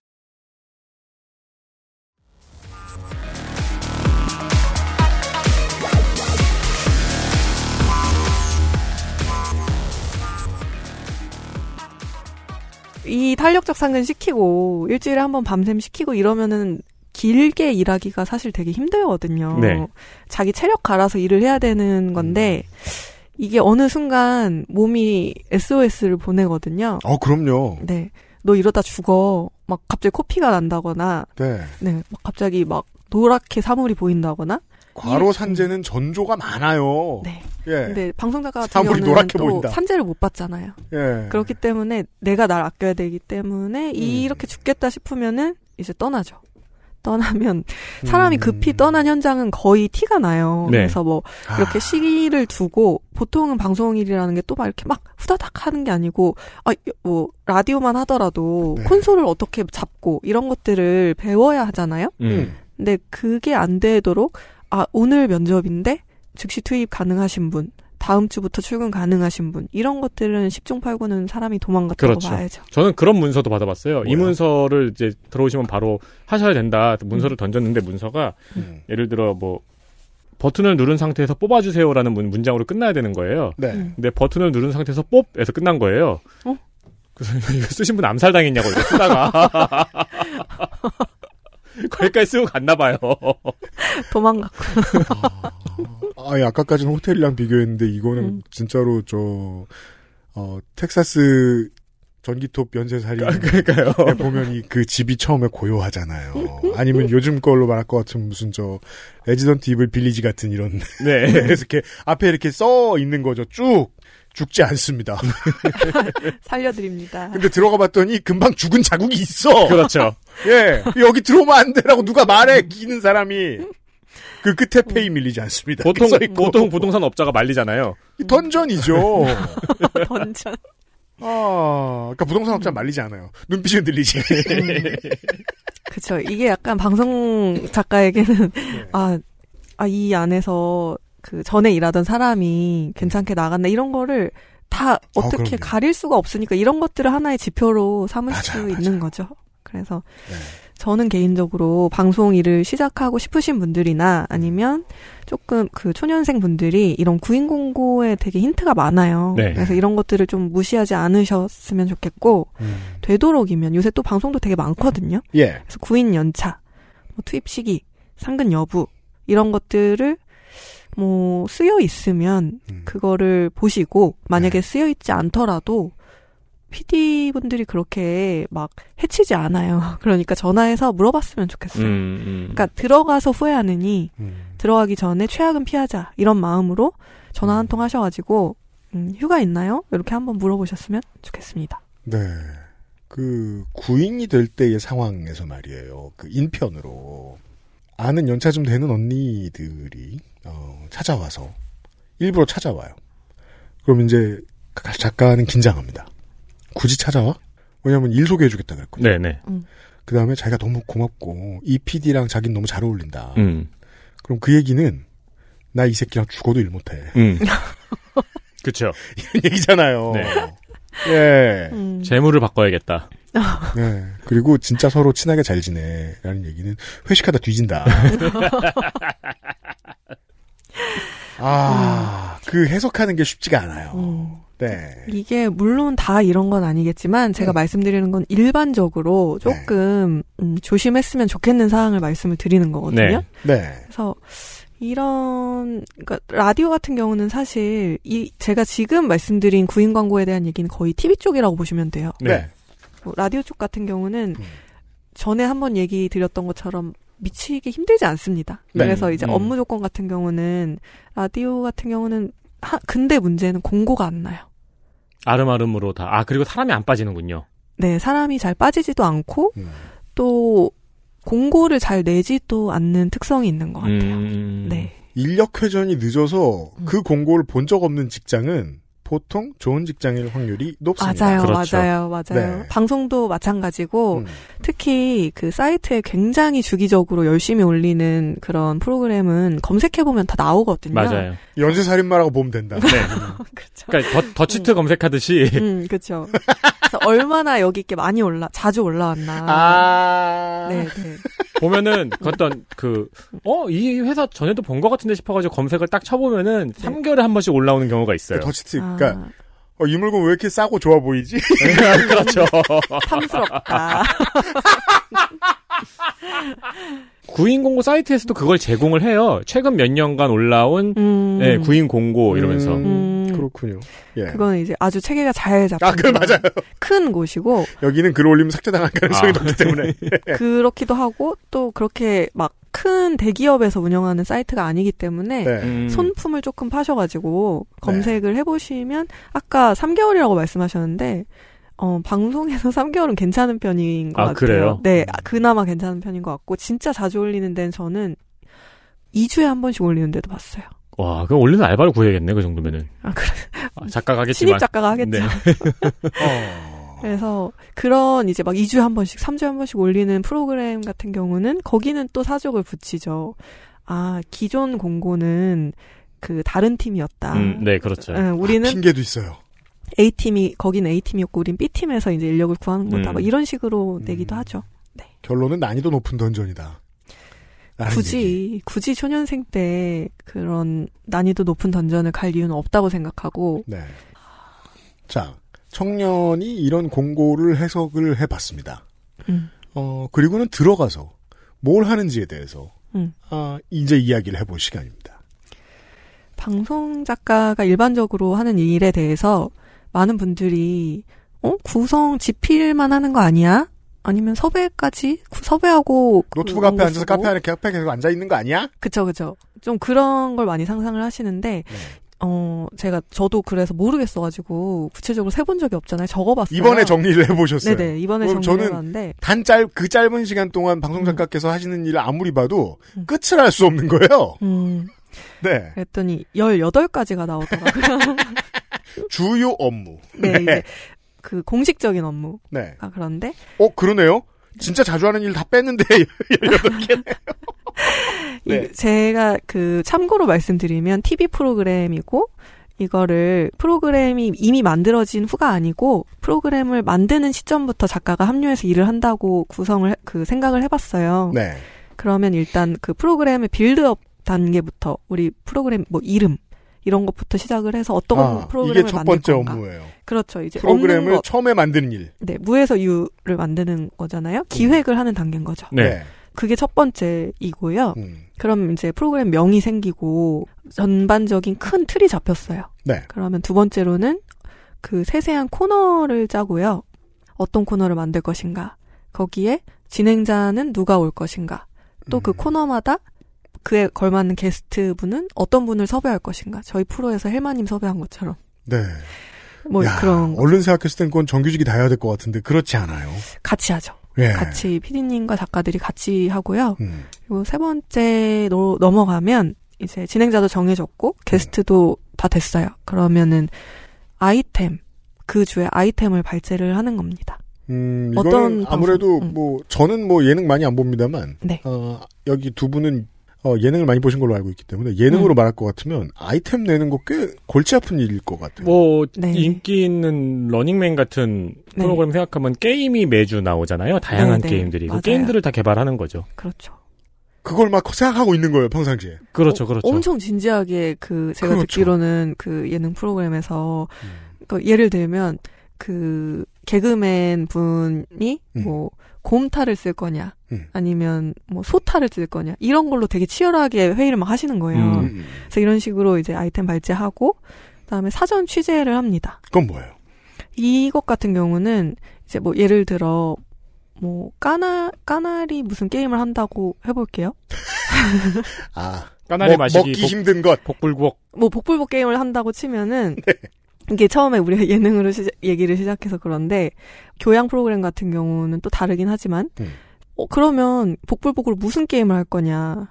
이 탄력적 상근 시키고 일주일에 한 번 밤샘 시키고 이러면은 길게 일하기가 사실 되게 힘들거든요.
네.
자기 체력 갈아서 일을 해야 되는 건데
음.
이게 어느 순간 몸이 SOS를 보내거든요.
어, 그럼요.
네. 너 이러다 죽어. 막 갑자기 코피가 난다거나
네.
네. 막 갑자기 막 노랗게 사물이 보인다거나
과로 산재는 전조가 많아요.
예. 네.
예.
근데 방송자가 같은
사물이
경우는
노랗게
또
보인다.
산재를 못 봤잖아요.
예.
그렇기 때문에 내가 날 아껴야 되기 때문에
음.
이렇게 죽겠다 싶으면은 이제 떠나죠. 떠나면
음.
사람이 급히 떠난 현장은 거의 티가 나요.
네.
그래서 뭐
아.
이렇게 시기를 두고 보통은 방송일이라는 게 또 막 이렇게 막 후다닥 하는 게 아니고 아 뭐 라디오만 하더라도
네.
콘솔을 어떻게 잡고 이런 것들을 배워야 하잖아요.
음.
근데 그게 안 되도록 아 오늘 면접인데 즉시 투입 가능하신 분 다음 주부터 출근 가능하신 분 이런 것들은 10중 8구는 사람이 도망갔다고
그렇죠.
봐야죠.
저는 그런 문서도 받아봤어요.
뭐야?
이 문서를 이제 들어오시면 바로 하셔야 된다. 문서를 던졌는데 문서가
음.
예를 들어 뭐 버튼을 누른 상태에서 뽑아주세요라는 문, 문장으로 끝나야 되는 거예요.
네.
음.
근데 버튼을 누른 상태에서 뽑에서 끝난 거예요.
어?
그래서 [LAUGHS] 이거 쓰신 분 암살당했냐고 이거 [LAUGHS] 쓰다가 거기까지 쓰고 갔나 봐요.
도망갔고 [LAUGHS]
아, 예, 아까까지는 호텔이랑 비교했는데 이거는
음.
진짜로 저 어, 텍사스 전기톱 연쇄살인
아, 그러니까요.
네, 보면 이 그 집이 처음에 고요하잖아요. 아니면 요즘 걸로 말할 것 같은 무슨 저 레지던트 이블 빌리지 같은 이런
[LAUGHS]
[LAUGHS]
네.
그래서 이렇게 앞에 이렇게 써 있는 거죠. 쭉 죽지 않습니다.
살려드립니다.
근데 들어가 봤더니 금방 죽은 자국이 있어.
[LAUGHS] 그렇죠.
예. 여기 들어오면 안 되라고 누가 말해. 기는 사람이. 그 끝에 페이 밀리지 않습니다.
보통
이렇게 써있고.
보통 부동산 업자가 말리잖아요.
이 던전이죠.
[LAUGHS] 던전.
아, 그러니까 부동산 업자 말리지 않아요. 눈빛은
[LAUGHS]
들리지.
그쵸. 이게 약간
[LAUGHS]
방송 작가에게는,
네.
아, 아, 이 안에서 그 전에 일하던 사람이 괜찮게 나갔나 이런 거를 다 어떻게
네. 아, 그럼요.
가릴 수가 없으니까 이런 것들을 하나의 지표로 삼을 수
맞아요,
있는 거죠. 그래서
네.
저는 개인적으로 방송 일을 시작하고 싶으신 분들이나 아니면 조금 그 초년생 분들이 이런 구인 공고에 되게 힌트가 많아요.
네.
그래서 이런 것들을 좀 무시하지 않으셨으면 좋겠고
음.
되도록이면 요새 또 방송도 되게 많거든요.
예.
그래서 구인 연차, 뭐 투입 시기, 상근 여부 이런 것들을 뭐 쓰여 있으면
음.
그거를 보시고 만약에 쓰여 있지 않더라도 PD분들이 그렇게 막 해치지 않아요. [LAUGHS] 그러니까 전화해서 물어봤으면 좋겠어요.
음, 음.
그러니까 들어가서 후회하느니
음.
들어가기 전에 최악은 피하자 이런 마음으로 전화 한 통 하셔가지고 음, 휴가 있나요? 이렇게 한번 물어보셨으면 좋겠습니다.
네. 그 구인이 될 때의 상황에서 말이에요. 그 인편으로 아는 연차 좀 되는 언니들이 어, 찾아와서 일부러 찾아와요. 그럼 이제 가- 작가는 긴장합니다. 굳이 찾아와? 왜냐하면 일 소개해주겠다 그랬거든요.
네네.
그 다음에 자기가 너무 고맙고 이 PD랑 자기는 너무 잘 어울린다.
음.
그럼 그 얘기는 나 이 새끼랑 죽어도 일 못해.
음. [LAUGHS] 그쵸.
이런 [LAUGHS] 얘기잖아요.
네.
예.
음.
재물을 바꿔야겠다.
네. 그리고 진짜 서로 친하게 잘 지내라는 얘기는 회식하다
[LAUGHS]
뒤진다. 아, 그 해석하는 게 쉽지가 않아요.
음.
네.
이게 물론 다 이런 건 아니겠지만
네.
제가 말씀드리는 건 일반적으로 조금 음, 조심했으면 좋겠는 사항을 말씀을 드리는 거거든요.
네.
그래서 이런 그러니까 라디오 같은 경우는 사실 이 제가 지금 말씀드린 구인 광고에 대한 얘기는 거의 TV 쪽이라고 보시면 돼요.
네. 음,
뭐 라디오 쪽 같은 경우는 전에 한번 얘기 드렸던 것처럼 미치기 힘들지 않습니다.
네.
그래서 이제
음.
업무 조건 같은 경우는 라디오 같은 경우는 하, 근데 문제는 공고가 안 나요.
아름아름으로 다. 아, 그리고 사람이 안 빠지는군요.
네, 사람이 잘 빠지지도 않고
음.
또 공고를 잘 내지도 않는 특성이 있는 것 같아요.
음.
네.
인력 회전이 늦어서
음.
그 공고를 본 적 없는 직장은 보통 좋은 직장일 확률이 높습니다.
맞아요, 맞아요, 맞아요.
네. 음.
방송도 마찬가지고 특히 그 사이트에 굉장히 주기적으로 열심히 올리는 그런 프로그램은 검색해 보면 다 나오거든요.
연쇄 살인마라고 보면 된다.
그러니까 더, 더치트 검색하듯이
[LAUGHS]
음, 그렇죠. 그래서 얼마나 여기 있게 많이 올라, 자주 올라왔나.
아.
네, 네.
보면은 그 어떤 그어이 회사 전에도 본 것 같은데 싶어가지고 검색을 딱
네.
쳐보면은 3개월에 한 번씩 올라오는 경우가 있어요.
더치트.
아.
그러니까 어, 이 물건 왜 이렇게 싸고 좋아 보이지?
[LAUGHS] 그렇죠.
아, 탐스럽다.
구인 공고 사이트에서도 그걸 제공을 해요. 최근 몇 년간 올라온
음.
예, 구인 공고 이러면서.
음. 그렇군요. 예.
그거는 이제 아주 체계가 잘 잡힌.
아, 그건 맞아요.
큰 곳이고.
여기는 글 올리면 삭제당할 가능성이
아.
높기 때문에.
그렇기도 하고 또 그렇게 막 큰 대기업에서 운영하는 사이트가 아니기 때문에
네. 음.
손품을 조금 파셔가지고 검색을 해보시면 아까 3개월이라고 말씀하셨는데 어, 방송에서 [LAUGHS] 3개월은 괜찮은 편인 것
아,
같아요.
그래요?
네, 아, 그나마 괜찮은 편인 것 같고 진짜 자주 올리는 데는 저는 2주에 한 번씩 올리는 데도 봤어요.
와, 그럼 올리는 알바를 구해야겠네, 그 정도면은. 아, 작가가 하겠지만.
신입 작가가 하겠죠.
네.
그래서 그런 이제 막 2주에 한 번씩, 3주에 한 번씩 올리는 프로그램 같은 경우는 거기는 또 사족을 붙이죠. 아, 기존 공고는 그 다른 팀이었다.
음, 네, 그렇죠.
응, 우리는
핑계도 있어요.
A팀이 거긴 A팀이었고 우린 B팀에서 이제 인력을 구하는 거다.
음.
막 이런 식으로 내기도 하죠.
결론은 난이도 높은 던전이다. 라는
굳이 굳이 초년생 때 그런 난이도 높은 던전을 갈 이유는 없다고 생각하고
네. 자, 청년이 이런 공고를 해석을 해봤습니다.
음.
어, 그리고는 들어가서 뭘 하는지에 대해서
음.
아, 이제 이야기를 해볼 시간입니다.
방송 작가가 일반적으로 하는 일에 대해서 많은 분들이 어 구성 지필만 하는 거 아니야? 아니면 섭외까지 구- 섭외하고
노트북
그런
앞에
거
앉아서
쓰고?
카페 안에 카페 계속 앉아 있는 거 아니야?
그쵸 그쵸 좀 그런 걸 많이 상상을 하시는데
네.
어 제가 저도 그래서 모르겠어가지고 구체적으로 세본 적이 없잖아요 적어봤어요
이번에 정리를 해보셨어요.
네네 이번에
그럼 저는
정리를 해봤는데
단 짧 그 짧은 시간 동안
음.
방송 작가께서 하시는 일을 아무리 봐도 끝을 알 수 없는 거예요.
음
네.
그랬더니 18가지가 나오더라고요 [LAUGHS]
주요 업무.
네, 이제 그 공식적인 업무
네.
아 그런데
어 그러네요. 진짜 자주 하는 일 다 뺐는데 [LAUGHS] 18개네요. 네.
이- 제가 그 참고로 말씀드리면 TV 프로그램이고 이거를 프로그램이 이미 만들어진 후가 아니고 프로그램을 만드는 시점부터 작가가 합류해서 일을 한다고 구성을 해- 그 생각을 해봤어요.
네.
그러면 일단 그 프로그램의 빌드업 단계부터 우리 프로그램 뭐 이름 이런 것부터 시작을 해서 어떤
아,
뭐 프로그램을
이게 첫
만들
번째
건가.
업무예요.
그렇죠. 이제 없는
프로그램을
것.
처음에 만드는 일.
네, 무에서 유를 만드는 거잖아요. 기획을 하는 단계인 거죠.
네. 음.
그게 첫 번째이고요. 그럼 이제 프로그램 명이 생기고 전반적인 큰 틀이 잡혔어요.
네.
그러면 두 번째로는 그 세세한 코너를 짜고요. 어떤 코너를 만들 것인가. 거기에 진행자는 누가 올 것인가. 또
음.
그 코너마다 그에 걸맞는 게스트분은 어떤 분을 섭외할 것인가. 저희 프로에서 헬마님 섭외한 것처럼.
네.
뭐
야, 어,
그런 거.
얼른 생각했을 땐 그건 정규직이 다 해야 될 것 같은데 그렇지 않아요.
같이 하죠.
예. 음.
같이 피디님과 작가들이 같이 하고요. 그리고 세 번째로 넘어가면 이제 진행자도 정해졌고
네.
게스트도 다 됐어요. 그러면은 아이템 그 주에 아이템을 발제를 하는 겁니다.
음,
어떤
이거는
방송? 음. 네.
아무래도 뭐 저는 뭐 예능 많이 안 봅니다만 어, 여기 두 분은 어, 예능을 많이 보신 걸로 알고 있기 때문에
음.
예능으로 말할 것 같으면 아이템 내는 거 꽤 골치 아픈 일일 것 같아요.
뭐
네.
네.
인기 있는 러닝맨 같은 프로그램 생각하면 게임이 매주 나오잖아요. 다양한
네, 네.
게임들이 그
맞아요.
게임들을 다 개발하는 거죠.
그렇죠.
그걸 막 생각하고 있는 거예요 평상시에.
그렇죠, 그렇죠.
엄청 진지하게 그 제가
그렇죠.
듣기로는 그 예능 프로그램에서
음.
그 예를 들면 그 개그맨 분이
음.
뭐 곰탈을 쓸 거냐 아니면 뭐 소탈을 쓸 거냐 이런 걸로 되게 치열하게 회의를 막 하시는 거예요.
음.
그래서 이런 식으로 이제 아이템 발제하고 그다음에 사전 취재를 합니다.
그건 뭐예요?
이것 같은 경우는 이제 뭐 예를 들어 뭐 까나 까나리 무슨 게임을 한다고 해볼게요.
아,
까나리
먹-
마시기
먹기
복-
힘든 것.
복불복.
뭐 복불복 게임을
[LAUGHS]
한다고 치면은
네.
이게 처음에 우리가 [LAUGHS] 예능으로 시작- 얘기를 시작해서 그런데 교양 프로그램 같은 경우는 또 다르긴 하지만
음.
어, 그러면 복불복으로 무슨 게임을 할 거냐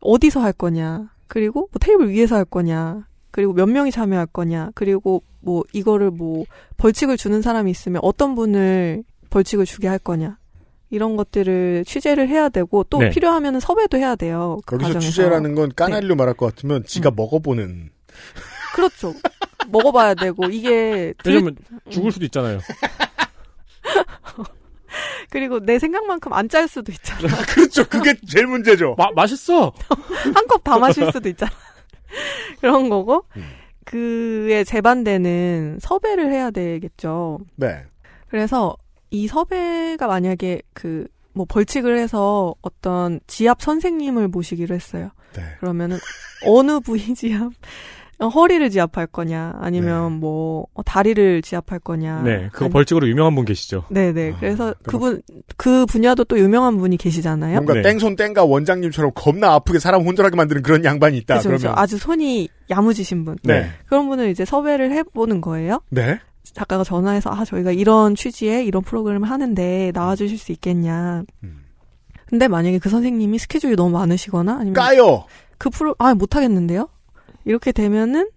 어디서 할 거냐 그리고 뭐 테이블 위에서 할 거냐 그리고 몇 명이 참여할 거냐 그리고 뭐 이거를 뭐 벌칙을 주는 사람이 있으면 어떤 분을 벌칙을 주게 할 거냐 이런 것들을 취재를 해야 되고 또
네.
필요하면 섭외도 해야 돼요 그
거기서
과정에서.
취재라는 건 까나리로
네.
말할 것 같으면 지가 먹어보는
그렇죠. 먹어봐야 되고 이게 들-
왜냐면 죽을 수도 있잖아요.
그리고 내 생각만큼 안 짤 수도 있잖아.
그렇죠. 그게 제일 문제죠.
마, 맛있어.
한 컵 다 마실 수도 있잖아. [LAUGHS] 그런 거고
음.
그에 제반되는 섭외를 해야 되겠죠.
네.
그래서 이 섭외가 만약에 그 뭐 벌칙을 해서 어떤 지압 선생님을 모시기로 했어요.
네.
그러면은 어느 부위 지압? 어, 허리를 지압할 거냐, 아니면 뭐 어, 다리를 지압할 거냐.
네, 그거
아니-
벌칙으로 유명한 분 계시죠.
아,
네네. 그래서 그분 그 분야도 또 유명한 분이 계시잖아요.
뭔가 땡손 땡가 원장님처럼 겁나 아프게 사람 혼절하게 만드는 그런 양반이 있다.
그죠,
그러면
그죠. 아주 손이 야무지신 분.
네.
그런 분을 이제 섭외를 해보는 거예요.
네.
음. 작가가 전화해서 아 저희가 이런 취지의 이런 프로그램을 하는데 나와주실 수 있겠냐.
음.
근데 만약에 그 선생님이 스케줄이 너무 많으시거나 아니면
까요.
그 프로 아 못하겠는데요. 이렇게 되면은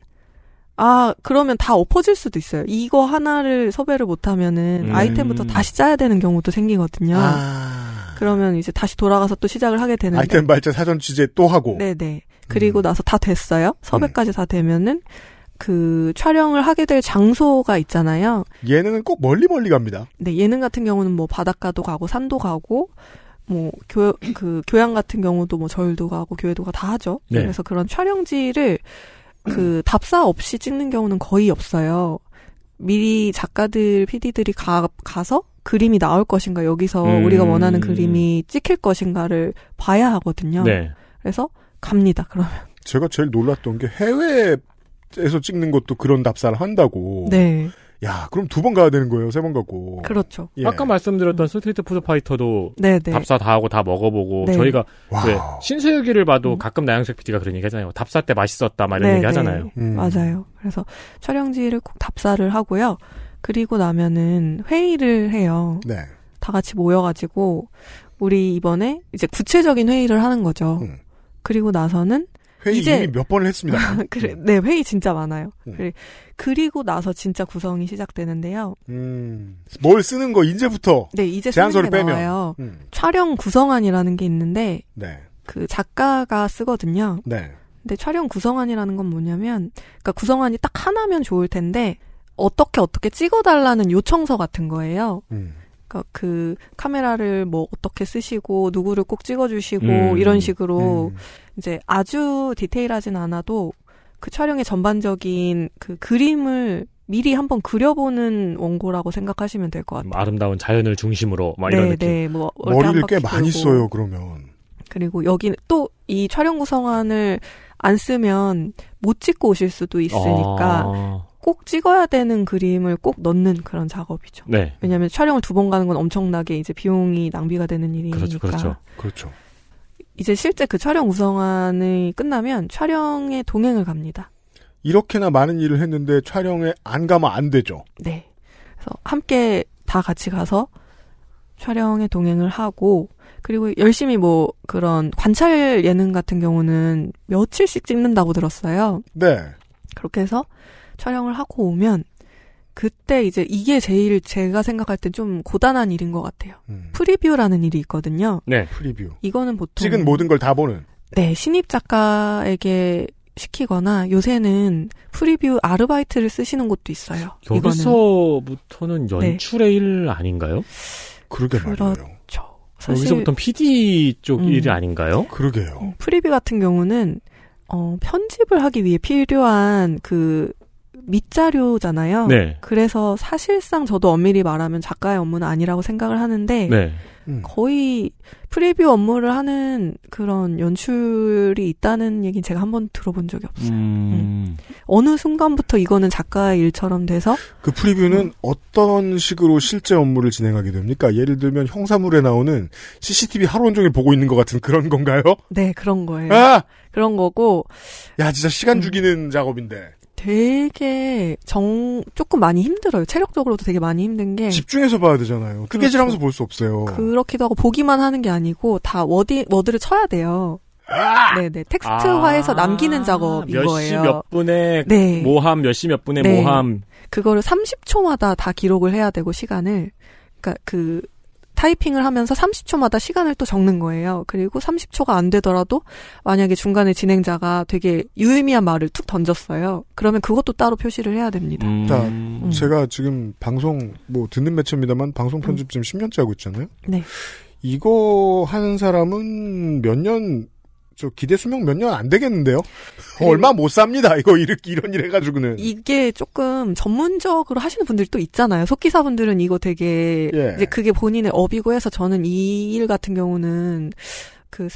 아 그러면 다 엎어질 수도 있어요. 이거 하나를 섭외를 못하면은
음.
아이템부터 다시 짜야 되는 경우도 생기거든요.
아,
그러면 이제 다시 돌아가서 또 시작을 하게 되는데
아이템 음. 발제 사전 취재 또 하고.
네. 네네. 그리고 나서 다 됐어요. 섭외까지 다 되면은 그 촬영을 하게 될 장소가 있잖아요.
예능은 꼭 멀리 멀리 갑니다.
네, 예능 같은 경우는 뭐 바닷가도 가고 산도 가고 뭐 교 그 교양 같은 경우도 뭐 절도 가고 교회도 가 다 하죠.
네.
그래서 그런 촬영지를 그 답사 없이 찍는 경우는 거의 없어요. 미리 작가들, PD들이 가 가서 그림이 나올 것인가 여기서
음.
우리가 원하는 그림이 찍힐 것인가를 봐야 하거든요.
네.
그래서 갑니다. 그러면
제가 제일 놀랐던 게 해외에서 찍는 것도 그런 답사를 한다고.
네.
야, 그럼 두 번 가야 되는 거예요. 세 번 가고.
그렇죠.
예.
아까 말씀드렸던 스트리트 푸드 파이터도
네, 네.
답사 다 하고 다 먹어보고
네. 음.
저희가 왜 신수유기를 봐도 가끔 나영석 PD가 그런 얘기 하잖아요. 답사 때 맛있었다 막 이런
네,
얘기
네.
하잖아요.
음.
맞아요. 그래서 촬영지를 꼭 답사를 하고요. 그리고 나면은 회의를 해요.
네.
다 같이 모여가지고 우리 이번에 이제 구체적인 회의를 하는 거죠.
음.
그리고 나서는 [LAUGHS]
회의
이제
이미 몇 번을
[LAUGHS]
했습니다.
그래, 네 회의 진짜 많아요.
음.
그리- 그리고 나서 진짜 구성이 시작되는데요.
음, 뭘 쓰는 거 이제부터.
네 이제
제안서를
쓰는 게
빼면.
나와요.
음,
촬영 구성안이라는 게 있는데
네.
그 작가가 쓰거든요.
네.
근데 촬영 구성안이라는 건 뭐냐면, 그러니까 구성안이 딱 하나면 좋을 텐데 어떻게 어떻게 찍어달라는 요청서 같은 거예요.
음,
그러니까 그 카메라를 뭐 어떻게 쓰시고 누구를 꼭 찍어주시고
음.
이런 식으로 이제 아주 디테일하진 않아도 그 촬영의 전반적인 그 그림을 미리 한번 그려보는 원고라고 생각하시면 될 것 같아요.
뭐 아름다운 자연을 중심으로 막 이런
네,
느낌.
네, 뭐 이렇게
머리를
한
꽤
바퀴
많이
돌고.
써요, 그러면.
그리고 여기 또 이 촬영 구성안을 안 쓰면 못 찍고 오실 수도 있으니까
아.
꼭 찍어야 되는 그림을 꼭 넣는 그런 작업이죠.
네.
왜냐하면 촬영을 두 번 가는 건 엄청나게 이제 비용이 낭비가 되는 일이니까.
그렇죠, 그렇죠.
그렇죠.
이제 실제 그 촬영 우성안이 끝나면 촬영에 동행을 갑니다.
이렇게나 많은 일을 했는데 촬영에 안 가면 안 되죠.
네. 그래서 함께 다 같이 가서 촬영에 동행을 하고 그리고 열심히 뭐 그런 관찰 예능 같은 경우는 며칠씩 찍는다고 들었어요.
네.
그렇게 해서 촬영을 하고 오면 그때 이제 이게 제일 제가 생각할 땐 좀 고단한 일인 것 같아요. 프리뷰라는 일이 있거든요.
네.
음, 프리뷰.
이거는 보통
찍은 모든 걸 다 보는.
네, 신입 작가에게 시키거나 요새는 프리뷰 아르바이트를 쓰시는 곳도 있어요.
여기서부터는
네.
연출의 일 아닌가요?
그러게
말이에요. 사실-
여기서부터는 PD 쪽
음.
일이 아닌가요?
그러게요.
프리뷰 같은 경우는 어, 편집을 하기 위해 필요한 그 밑자료잖아요.
네.
그래서 사실상 저도 엄밀히 말하면 작가의 업무는 아니라고 생각을 하는데
네.
음.
거의 프리뷰 업무를 하는 그런 연출이 있다는 얘기는 제가 한 번 들어본 적이 없어요.
음.
어느 순간부터 이거는 작가의 일처럼 돼서
그 프리뷰는
음.
어떤 식으로 실제 업무를 진행하게 됩니까? 예를 들면 형사물에 나오는 CCTV 하루 온종일 보고 있는 것 같은 그런 건가요?
네 그런 거예요.
아!
그런 거고
야, 진짜
음.
시간 죽이는 작업인데.
되게 정 조금 많이 힘들어요. 체력적으로도 되게 많이 힘든 게
집중해서 봐야 되잖아요. 뜨개질하면서 볼 수 없어요.
네. 그렇죠. 그렇기도 하고 보기만 하는 게 아니고 다 워디 워드를 쳐야 돼요.
아!
네네 텍스트화해서 남기는 작업인
아, 몇 시
거예요.
몇 분에
네.
뭐
모함, 몇 시 몇 분에
네.
모함.
그거를 30초마다 다 기록을 해야 되고 시간을 그러니까 그 타이핑을 하면서 30초마다 시간을 또 적는 거예요. 그리고 30초가 안 되더라도 만약에 중간에 진행자가 되게 유의미한 말을 툭 던졌어요. 그러면 그것도 따로 표시를 해야 됩니다.
자,
음.
제가 지금 방송, 뭐, 듣는 매체입니다만, 방송 편집 지금 10년째 하고 있잖아요?
네.
이거 하는 사람은 몇 년, 저 기대 수명 몇 년 안 되겠는데요?
그
어,
뭐
얼마 못 삽니다. 이거 이렇게, 이런 일 해가지고는.
이게 조금 전문적으로 하시는 분들이 또 있잖아요. 속기사분들은 이거 되게
예.
이제 그게 본인의 업이고 해서 저는 이 일 같은 경우는 그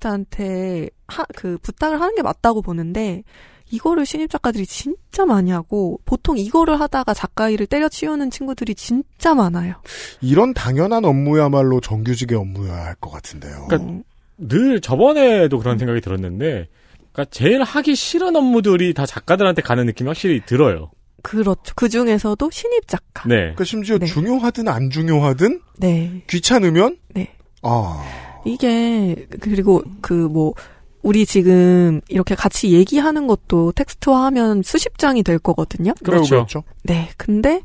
스페셜리스트한테 하, 그 부탁을 하는 게 맞다고 보는데 이거를 신입 작가들이 진짜 많이 하고 보통 이거를 하다가 작가 일을 때려치우는 친구들이 진짜 많아요.
이런 당연한 업무야말로 정규직의 업무여야 할 것 같은데요.
그러니까
어,
늘 저번에도 그런 생각이 들었는데, 그러니까 제일 하기 싫은 업무들이 다 작가들한테 가는 느낌이 확실히 들어요.
그렇죠. 그 중에서도 신입 작가.
네.
그러니까 심지어 중요하든 안 중요하든
네.
귀찮으면
네.
아
이게 그리고 그 뭐 우리 지금 이렇게 같이 얘기하는 것도 텍스트화하면 수십 장이 될 거거든요.
그렇죠. 그렇죠.
네. 근데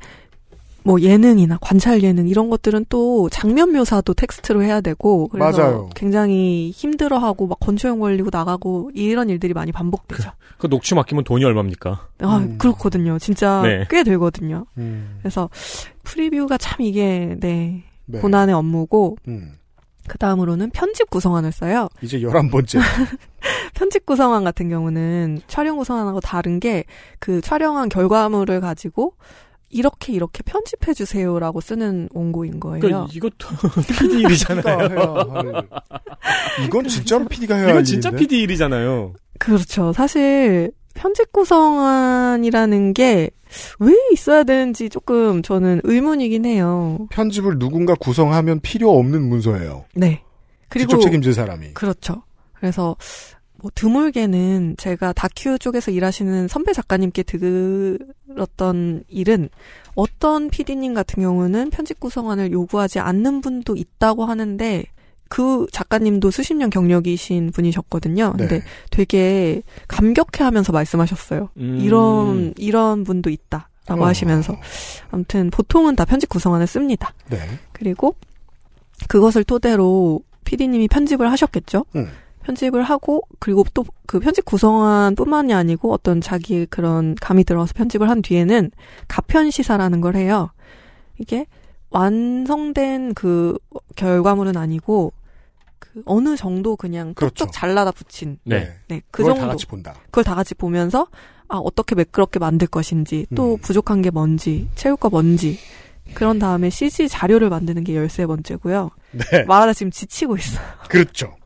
뭐 예능이나 관찰 예능 이런 것들은 또 장면 묘사도 텍스트로 해야 되고 그래서
맞아요.
굉장히 힘들어하고 막 건초형 걸리고 나가고 이런 일들이 많이 반복되죠.
그 녹취 맡기면 돈이 얼마입니까?
아, 그렇거든요. 진짜
네.
꽤 들거든요.
음.
그래서 프리뷰가 참 이게 네,
네.
고난의 업무고
음.
그 다음으로는 편집 구성안을 써요.
[LAUGHS]
이제 11번째.
편집 구성안 같은 경우는 촬영 구성안하고 다른 게 그 촬영한 결과물을 가지고 이렇게 이렇게 편집해 주세요라고 쓰는 원고인 거예요.
그러니까 [LAUGHS] 이것도 PD 일이잖아요.
그러니까 네. 이건 진짜로 PD가 해야 할
그러니까 [LAUGHS] 이건 진짜
일인데?
PD 일이잖아요.
그렇죠. 사실 편집 구성안이라는 게 왜 있어야 되는지 조금 저는 의문이긴 해요.
편집을 누군가 구성하면 필요 없는 문서예요.
네. 그리고
직접 책임질 사람이.
그렇죠. 그래서 뭐 드물게는 제가 다큐 쪽에서 일하시는 선배 작가님께 들었던 일은 어떤 PD님 같은 경우는 편집 구성안을 요구하지 않는 분도 있다고 하는데 그 작가님도 수십 년 경력이신 분이셨거든요.
네.
근데 되게 감격해 하면서 말씀하셨어요.
음.
이런 이런 분도 있다라고
어.
하시면서 아무튼 보통은 다 편집 구성안을 씁니다.
네.
그리고 그것을 토대로 PD님이 편집을 하셨겠죠.
음.
편집을 하고 그리고 또 그 편집 구성안뿐만이 아니고 어떤 자기의 그런 감이 들어서 편집을 한 뒤에는 가편 시사라는 걸 해요. 이게 완성된 그 결과물은 아니고 그 어느 정도 그냥 뚝뚝 잘라다 붙인
네.
그
그렇죠. 그걸 다
정도
같이 본다.
그걸 다 같이 보면서 아 어떻게 매끄럽게 만들 것인지
음.
또 부족한 게 뭔지 채울 거 뭔지 그런 다음에 CG 자료를 만드는 게 열세 번째고요.
네.
말하다 지금 지치고 있어요.
그렇죠.
[LAUGHS]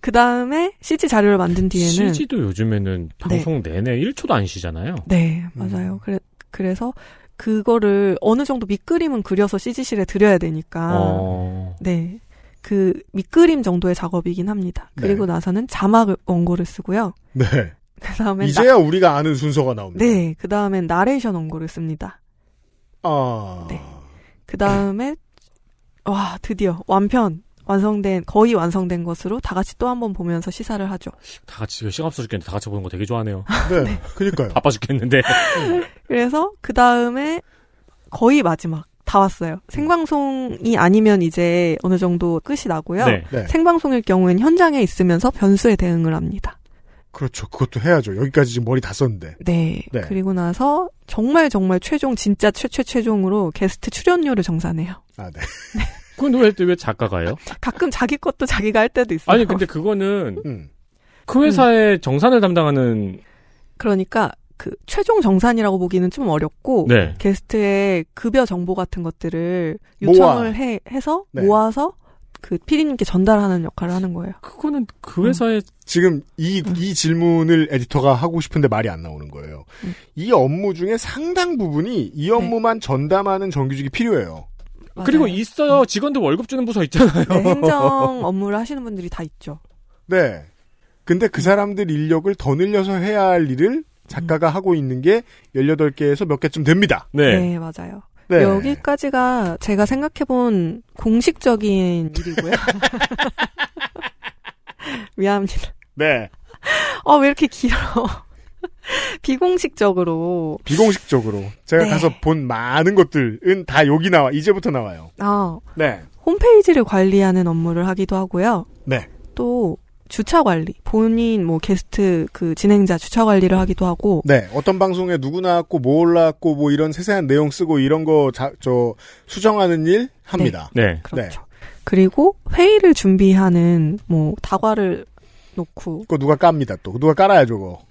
그 다음에 CG 자료를 만든 뒤에는
CG도 요즘에는 방송 내내 1초도 안 쉬잖아요.
음.
네, 맞아요. 그래, 그래서 그거를 어느 정도 밑그림은 그려서 CG실에 드려야 되니까.
어.
네. 그 밑그림 정도의 작업이긴 합니다.
네.
그리고 나서는 자막 원고를 쓰고요.
네.
그 다음에
이제야 우리가 아는 순서가 나옵니다.
네, 그 다음에 나레이션 원고를 씁니다.
아.
그 다음에 와 드디어 완편 완성된 거의 완성된 것으로 다 같이 또 한번 보면서 시사를 하죠.
다 같이 그 시간 없어 죽겠는데 다 같이 보는 거 되게 좋아하네요. [LAUGHS]
네, 그니까요.
바빠 죽겠는데.
그래서 그 다음에 거의 마지막 다 왔어요. 생방송이 아니면 이제 어느 정도 끝이 나고요.
네. 네.
생방송일 경우엔 현장에 있으면서 변수에 대응을 합니다.
그렇죠. 그것도 해야죠. 여기까지 지금 머리 다 썼는데.
네.
네.
그리고 나서 정말 정말 최종 진짜 최최 최종으로 게스트 출연료를 정산해요.
아, 네.
그건 왜, 왜 작가가요?
가끔 자기 것도 자기가 할 때도 있어요.
아니, 근데 그거는
음.
그 회사의 정산을 담당하는
그러니까 그 최종 정산이라고 보기는 좀 어렵고
네.
게스트의 급여 정보 같은 것들을
모아.
요청을 해, 해서
네.
모아서 그 피디님께 전달하는 역할을 하는 거예요.
그거는 그 회사의
지금 이, 이 질문을 에디터가 하고 싶은데 말이 안 나오는 거예요.
음.
이 업무 중에 상당 부분이 이 업무만
네.
전담하는 정규직이 필요해요.
그리고 있어요. 직원들 월급 주는 부서 있잖아요.
네, 행정 업무를 하시는 분들이 다 있죠.
네. 근데 그 사람들 인력을 더 늘려서 해야 할 일을 작가가 하고 있는 게 18개에서 몇 개쯤 됩니다.
네, 맞아요.
네.
여기까지가 제가 생각해본 공식적인 일이고요. [LAUGHS] 미안합니다.
네.
어, 왜 이렇게 길어? [LAUGHS] 비공식적으로.
비공식적으로 제가
네.
가서 본 많은 것들은 다 여기 나와 이제부터 나와요.
아,
네.
홈페이지를 관리하는 업무를 하기도 하고요.
네.
또 주차 관리, 본인 뭐 게스트 그 진행자 주차 관리를 하기도 하고
네. 어떤 방송에 누구 나왔고 뭐 올라왔고 뭐 이런 세세한 내용 쓰고 이런 거 저 수정하는 일 합니다.
네.
그렇죠.
그리고 회의를 준비하는 뭐 다과를 놓고
그거 누가 깝니다 또. 누가 깔아야 저거.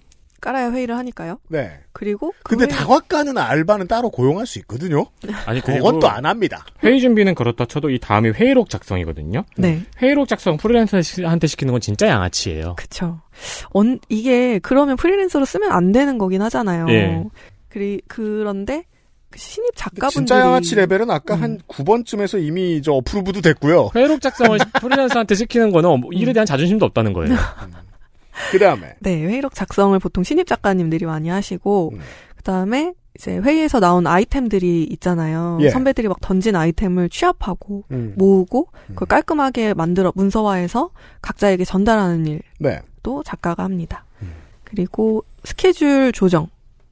깔아야 회의를 하니까요.
네.
그리고 그
근데
회의-
다과 까는 알바는 따로 고용할 수 있거든요.
아니 그리고
그것도 안 합니다.
회의 준비는 그렇다 쳐도 이 다음이 회의록 작성이거든요.
네.
회의록 작성 프리랜서한테 시키는 건 진짜 양아치예요.
그쵸. 언, 이게 그러면 프리랜서로 쓰면 안 되는 거긴 하잖아요.
예.
그리, 그런데 그 신입 작가분들이
진짜 양아치 레벨은 아까 한 9번쯤에서 이미 저 어프로브도 됐고요. [LAUGHS]
회의록 작성을 프리랜서한테 시키는 거는 뭐 일에 대한 자존심도 없다는 거예요.
그다음에
네, 회의록 작성을 보통 신입 작가님들이 많이 하시고,
음.
그 다음에 이제 회의에서 나온 아이템들이 있잖아요.
예.
선배들이 막 던진 아이템을 취합하고,
음.
모으고, 그걸 깔끔하게 만들어 문서화해서 각자에게 전달하는 일.
네.
또 작가가 합니다.
음.
그리고 스케줄 조정.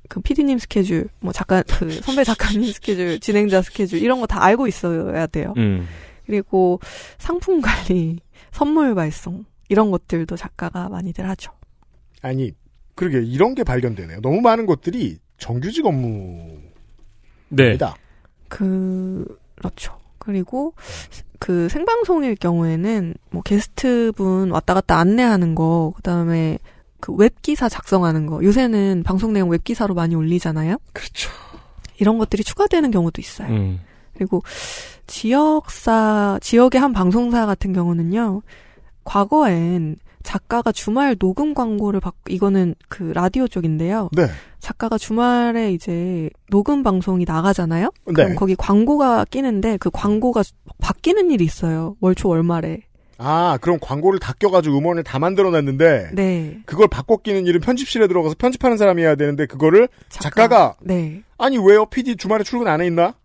그 피디님 스케줄, 뭐 작가, 그 선배 작가님 스케줄, 진행자 스케줄, 이런 거 다 알고 있어야 돼요.
음.
그리고 상품 관리, 선물 발송, 이런 것들도 작가가 많이들 하죠.
아니 그러게 이런 게 발견되네요. 너무 많은 것들이 정규직 업무입니다.
네.
그렇죠. 그리고 그 생방송일 경우에는 뭐 게스트분 왔다 갔다 안내하는 거, 그다음에 그 웹기사 작성하는 거. 요새는 방송 내용 웹기사로 많이 올리잖아요.
그렇죠.
이런 것들이 추가되는 경우도 있어요.
음.
그리고 지역사 지역의 한 방송사 같은 경우는요. 과거엔 작가가 주말 녹음 광고를 받고 이거는 그 라디오 쪽인데요.
네.
작가가 주말에 이제 녹음 방송이 나가잖아요. 그럼
네.
거기 광고가 끼는데 그 광고가 바뀌는 일이 있어요. 월초 월말에.
아 그럼 광고를 다 껴가지고 음원을 다 만들어놨는데
네.
그걸 바꿔 끼는 일은 편집실에 들어가서 편집하는 사람이 해야 되는데 그거를 작가, 가
네.
아니 왜요 PD 주말에 출근 안 해 있나?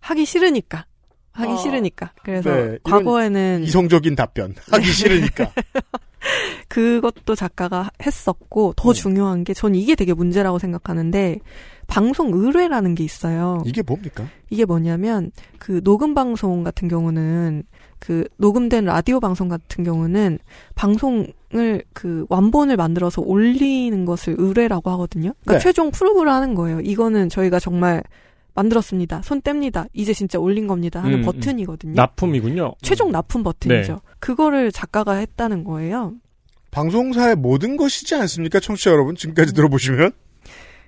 하기 싫으니까. 하기 싫으니까. 그래서
네, 이런
과거에는
이성적인 답변 하기 싫으니까
그것도 작가가 했었고 더
네.
중요한 게 전 이게 되게 문제라고 생각하는데 방송 의뢰라는 게 있어요.
이게 뭡니까?
이게 뭐냐면 그 녹음 방송 같은 경우는 그 녹음된 라디오 방송 같은 경우는 방송을 그 완본을 만들어서 올리는 것을 의뢰라고 하거든요.
네.
그러니까 최종 프로브를 하는 거예요. 이거는 저희가 정말 만들었습니다. 손 뗍니다. 이제 진짜 올린 겁니다. 하는
음, 음.
버튼이거든요.
납품이군요.
최종 납품 버튼이죠.
네.
그거를 작가가 했다는 거예요.
방송사의 모든 것이지 않습니까 청취자 여러분 지금까지 들어보시면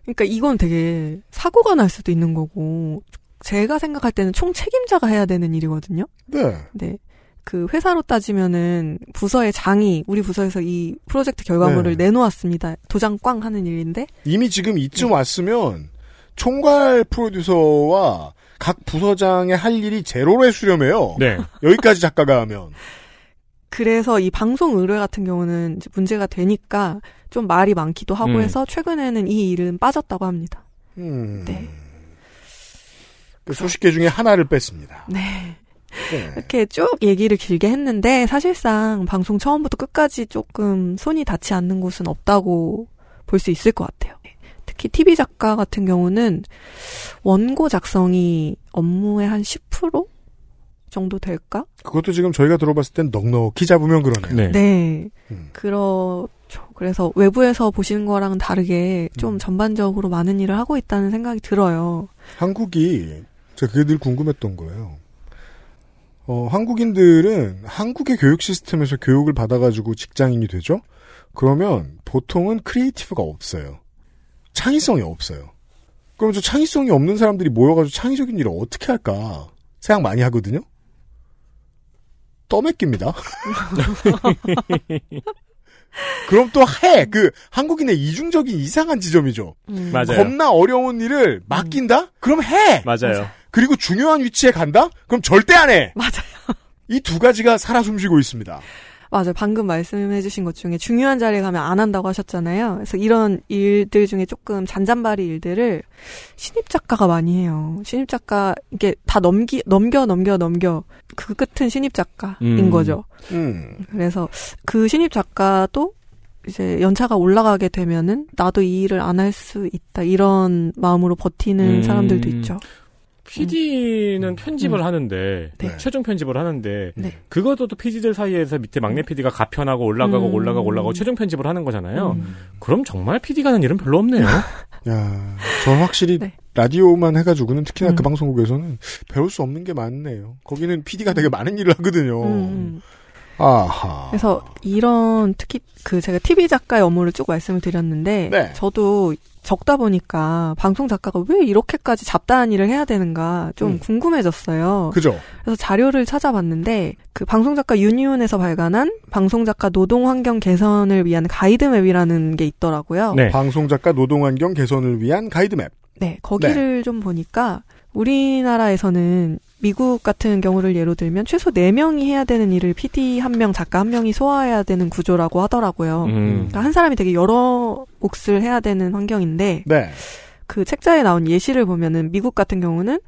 그러니까 이건 되게 사고가 날 수도 있는 거고 제가 생각할 때는 총 책임자가 해야 되는 일이거든요.
네.
네. 그 회사로 따지면은 부서의 장이 우리 부서에서 이 프로젝트 결과물을 내놓았습니다. 도장 꽝 하는 일인데
이미 지금 이쯤 왔으면 총괄 프로듀서와 각 부서장의 할 일이 제로로에 수렴해요.
네.
여기까지 작가가 하면.
그래서 이 방송 의뢰 같은 경우는 이제 문제가 되니까 좀 말이 많기도 하고
음.
해서 최근에는 이 일은 빠졌다고 합니다.
음.
네.
그 수십 개 중에 하나를 뺐습니다.
네.
네.
이렇게 쭉 얘기를 길게 했는데 사실상 방송 처음부터 끝까지 조금 손이 닿지 않는 곳은 없다고 볼 수 있을 것 같아요. 특히 TV 작가 같은 경우는 원고 작성이 업무의 한 10% 정도 될까?
그것도 지금 저희가 들어봤을 땐 넉넉히 잡으면 그러네요.
네. 그렇죠. 그래서 외부에서 보시는 거랑 은 다르게 좀 전반적으로 많은 일을 하고 있다는 생각이 들어요.
한국이 제가 그게 늘 궁금했던 거예요. 어, 한국인들은 한국의 교육 시스템에서 교육을 받아가지고 직장인이 되죠? 그러면 보통은 크리에이티브가 없어요. 창의성이 없어요. 그럼 저 창의성이 없는 사람들이 모여가지고 창의적인 일을 어떻게 할까 생각 많이 하거든요? 떠맡깁니다. [LAUGHS] 그럼 또 해! 그, 한국인의 이중적인 이상한 지점이죠.
음. 맞아요. 음.
겁나 어려운 일을 맡긴다? 그럼 해!
맞아요.
그리고 중요한 위치에 간다? 그럼 절대 안 해!
맞아요.
이 두 가지가 살아 숨쉬고 있습니다.
맞아요. 방금 말씀해주신 것 중에 중요한 자리에 가면 안 한다고 하셨잖아요. 그래서 이런 일들 중에 조금 잔잔바리 일들을 신입 작가가 많이 해요. 신입 작가 이게 다 넘기 넘겨 넘겨 넘겨 그 끝은 신입 작가인
음.
거죠.
음.
그래서 그 신입 작가도 이제 연차가 올라가게 되면은 나도 이 일을 안 할 수 있다 이런 마음으로 버티는
음.
사람들도 있죠.
PD는 편집을
음.
하는데
네.
최종 편집을 하는데
네.
그것도 또 PD들 사이에서 밑에 막내 PD가 가편하고 올라가고
음.
올라가고 올라가고 최종 편집을 하는 거잖아요. 그럼 정말 PD가 하는 일은 별로 없네요.
야, 저는 확실히 라디오만 해가지고는 특히나 그 방송국에서는 배울 수 없는 게 많네요. 거기는 PD가 되게 많은 일을 하거든요.
음.
아하.
그래서 이런 특히 그 제가 TV 작가의 업무를 쭉 말씀을 드렸는데
네.
저도 적다 보니까 방송 작가가 왜 이렇게까지 잡다한 일을 해야 되는가 좀
음.
궁금해졌어요.
그죠?
그래서 자료를 찾아봤는데 그 방송 작가 유니온에서 발간한 방송 작가 노동 환경 개선을 위한 가이드 맵이라는 게 있더라고요.
네.
방송 작가 노동 환경 개선을 위한 가이드맵.
네, 거기를 좀 보니까 우리나라에서는 미국 같은 경우를 예로 들면 최소 4명이 해야 되는 일을 PD 한 명, 작가 한 명이 소화해야 되는 구조라고 하더라고요.
음.
그러니까 한 사람이 되게 여러 몫을 해야 되는 환경인데
네.
그 책자에 나온 예시를 보면은 미국 같은 경우는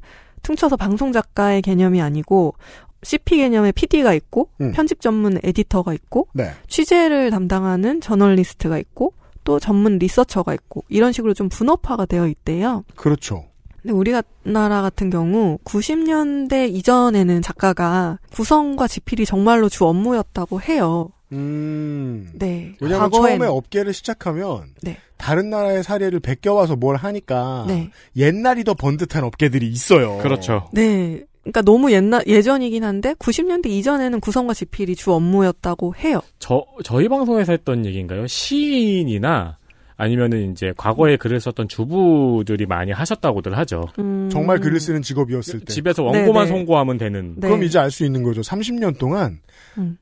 퉁쳐서 방송 작가의 개념이 아니고 CP 개념의 PD가 있고
음.
편집 전문 에디터가 있고
네.
취재를 담당하는 저널리스트가 있고 또 전문 리서처가 있고 이런 식으로 좀 분업화가 되어 있대요.
그렇죠.
근데 우리나라 같은 경우 90년대 이전에는 작가가 구성과 지필이 정말로 주 업무였다고 해요.
음.
네.
왜냐하면
과거엔-
처음에 업계를 시작하면
네.
다른 나라의 사례를 베껴와서 뭘 하니까
네.
옛날이 더 번듯한 업계들이
음.
있어요.
그렇죠.
네. 그러니까 너무 옛날 예전이긴 한데 90년대 이전에는 구성과 지필이 주 업무였다고 해요.
저 저희 방송에서 했던 얘기인가요? 시인이나 아니면은 이제 과거에 글을 썼던 주부들이 많이 하셨다고들 하죠.
음.
정말 글을 쓰는 직업이었을 때.
집에서
네,
원고만 송고하면 되는.
그럼 이제 알 수 있는 거죠. 30년 동안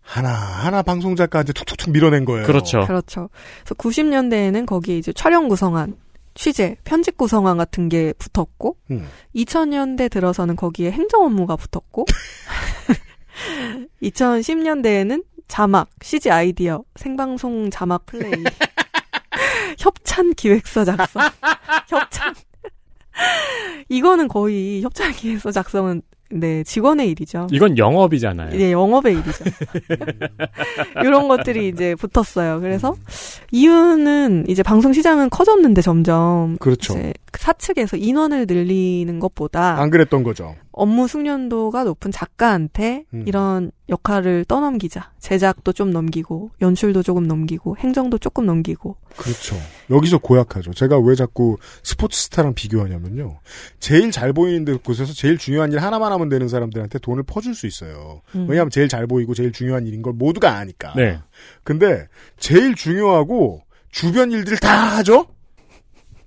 하나하나 방송 작가한테 툭툭툭 밀어낸 거예요.
그렇죠.
그렇죠. 그래서 90년대에는 거기에 이제 촬영 구성안, 취재, 편집 구성안 같은 게 붙었고
음.
2000년대 들어서는 거기에 행정 업무가 붙었고 2010년대에는 자막, CG 아이디어, 생방송 자막
[LAUGHS]
플레이, 협찬 기획서 작성, 협찬 이거는 거의 협찬 기획서 작성은 네 직원의 일이죠.
이건
네.
영업이잖아요.
예, 영업의
[LAUGHS]
일이죠. 이런 것들이 이제 붙었어요. 그래서 이유는 이제 방송 시장은 커졌는데 점점
그렇죠.
이제 사측에서 인원을 늘리는 것보다
안 그랬던 거죠.
업무 숙련도가 높은 작가한테
음.
이런 역할을 떠넘기자. 제작도 좀 넘기고 연출도 조금 넘기고 행정도 조금 넘기고
그렇죠. 여기서 고약하죠. 제가 왜 자꾸 스포츠스타랑 비교하냐면요. 제일 잘 보이는 데 곳에서 제일 중요한 일 하나만 하면 되는 사람들한테 돈을 퍼줄 수 있어요.
음.
왜냐하면 제일 잘 보이고 제일 중요한 일인 걸 모두가 아니까.
네.
근데 제일 중요하고 주변 일들을 다 하죠?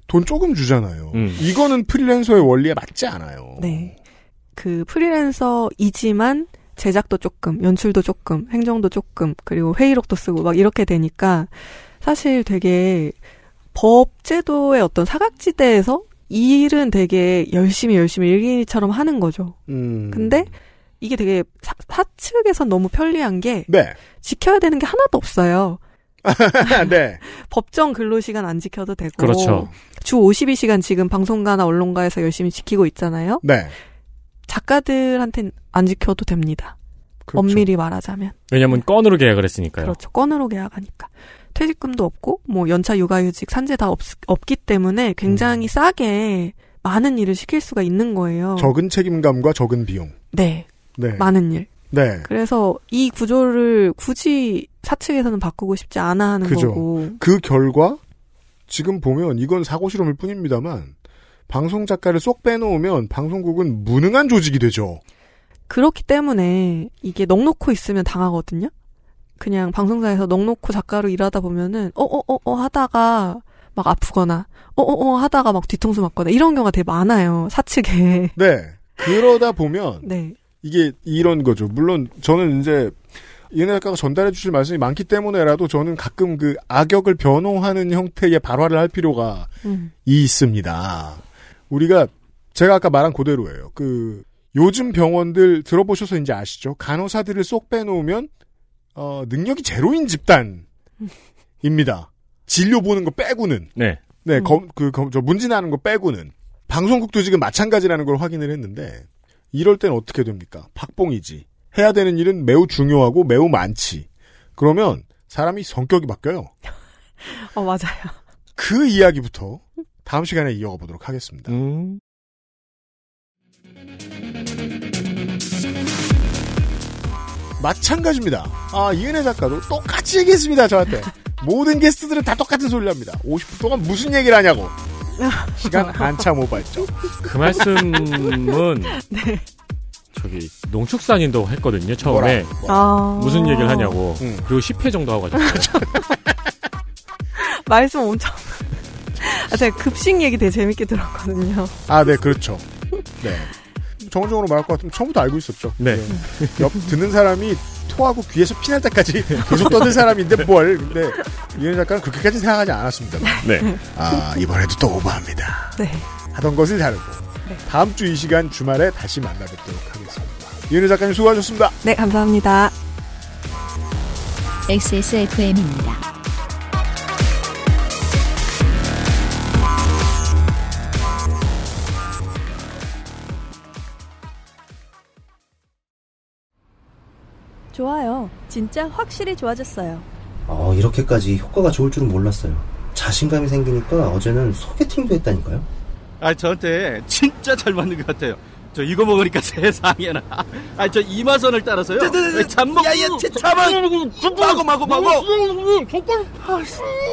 돈 조금 주잖아요. 어. 이거는 프리랜서의 원리에 맞지 않아요.
네. 그 프리랜서이지만 네. 제작도 조금, 연출도 조금, 행정도 조금, 그리고 회의록도 쓰고 막 이렇게 되니까 사실 되게 법제도의 어떤 사각지대에서 이 일은 되게 열심히 열심히 일기처럼 하는 거죠.
음.
근데 이게 되게 사, 사측에선 너무 편리한 게
네. [LAUGHS]
지켜야 되는 게 하나도 없어요.
네.
법정 근로시간 안 지켜도 되고
그렇죠.
주 52시간 지금 방송가나 언론가에서 열심히 지키고 있잖아요.
네.
작가들한텐 안 지켜도 됩니다.
그렇죠.
엄밀히 말하자면
그렇죠. 왜냐면 건으로 계약을 했으니까요.
그렇죠. 건으로 계약하니까 퇴직금도 없고 뭐 연차 육아휴직 산재 다 없, 없기 때문에 굉장히 싸게 많은 일을 시킬 수가 있는 거예요.
적은 책임감과 적은 비용.
네.
네.
많은 일.
네.
그래서 이 구조를 굳이 사측에서는 바꾸고 싶지 않아 하는 거고.
그죠. 그 결과 지금 보면 이건 사고 실험일 뿐입니다만 방송 작가를 쏙 빼놓으면 방송국은 무능한 조직이 되죠.
그렇기 때문에 이게 넉놓고 있으면 당하거든요. 그냥 방송사에서 넉놓고 작가로 일하다 보면은 어어어어 하다가 막 아프거나 어어어 하다가 막 뒤통수 맞거나 이런 경우가 되게 많아요. [LAUGHS] 사측에.
네. 그러다 보면
네.
이게 이런 거죠. 물론 저는 이제 이은혜 작가가 전달해 주실 말씀이 많기 때문에라도 저는 가끔 그 악역을 변호하는 형태의 발화를 할 필요가
음.
있습니다. 우리가 제가 아까 말한 그대로예요. 그 요즘 병원들 들어보셔서 이제 아시죠? 간호사들을 쏙 빼놓으면 어, 능력이 제로인 집단입니다. 진료 보는 거 빼고는
네.
네, 검, 그, 검, 저 문진하는 거 빼고는 방송국도 지금 마찬가지라는 걸 확인을 했는데 이럴 땐 어떻게 됩니까? 박봉이지. 해야 되는 일은 매우 중요하고 매우 많지. 그러면 사람이 성격이 바뀌어요.
어 맞아요.
그 이야기부터 다음 시간에 이어가 보도록 하겠습니다.
음.
음.
마찬가지입니다. 아, 이은혜 작가도 똑같이 얘기했습니다, 저한테. 모든 게스트들은 다 똑같은 소리를 합니다. 50분 동안 무슨 얘기를 하냐고. 시간 한참 오버했죠.
그 말씀은
네.
저기 농축산인도 했거든요 처음에
뭐라,
아.
무슨 얘기를 하냐고
음.
그리고 10회 정도 하고 가죠.
[LAUGHS]
그렇죠.
말씀 엄청. [LAUGHS] 아, 제가 급식 얘기 되게 재밌게 들었거든요.
아, 네, 그렇죠. 네. 정원적으로 말할 것 같으면 처음부터 알고 있었죠.
네.
옆, 듣는 사람이 토하고 귀에서 피날 때까지 [LAUGHS] 계속 떠들 사람인데 뭘. 근데 이은혜 작가는 그렇게까지 생각하지 않았습니다.
네.
아, 이번에도 또 오버합니다.
네.
하던 것을 다르고. 다음 주 이 시간 주말에 다시 만나뵙도록 하겠습니다. 이은혜 작가님 수고하셨습니다.
네, 감사합니다.
XSFM입니다.
좋아요. 진짜 확실히 좋아졌어요.
어, 이렇게까지 효과가 좋을 줄은 몰랐어요. 자신감이 생기니까 어제는 소개팅도 했다니까요.
아 저한테 진짜 잘 맞는 것 같아요. 저 이거 먹으니까 [LAUGHS] 세상에나. 아 저 이마선을 따라서요. 잠먹고
야야 잠만 마고 마고 마고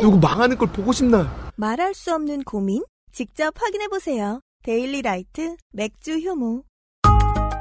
누구 망하는 걸 보고 싶나요?
말할 수 없는 고민? 직접 확인해보세요. 데일리 라이트 맥주 효모.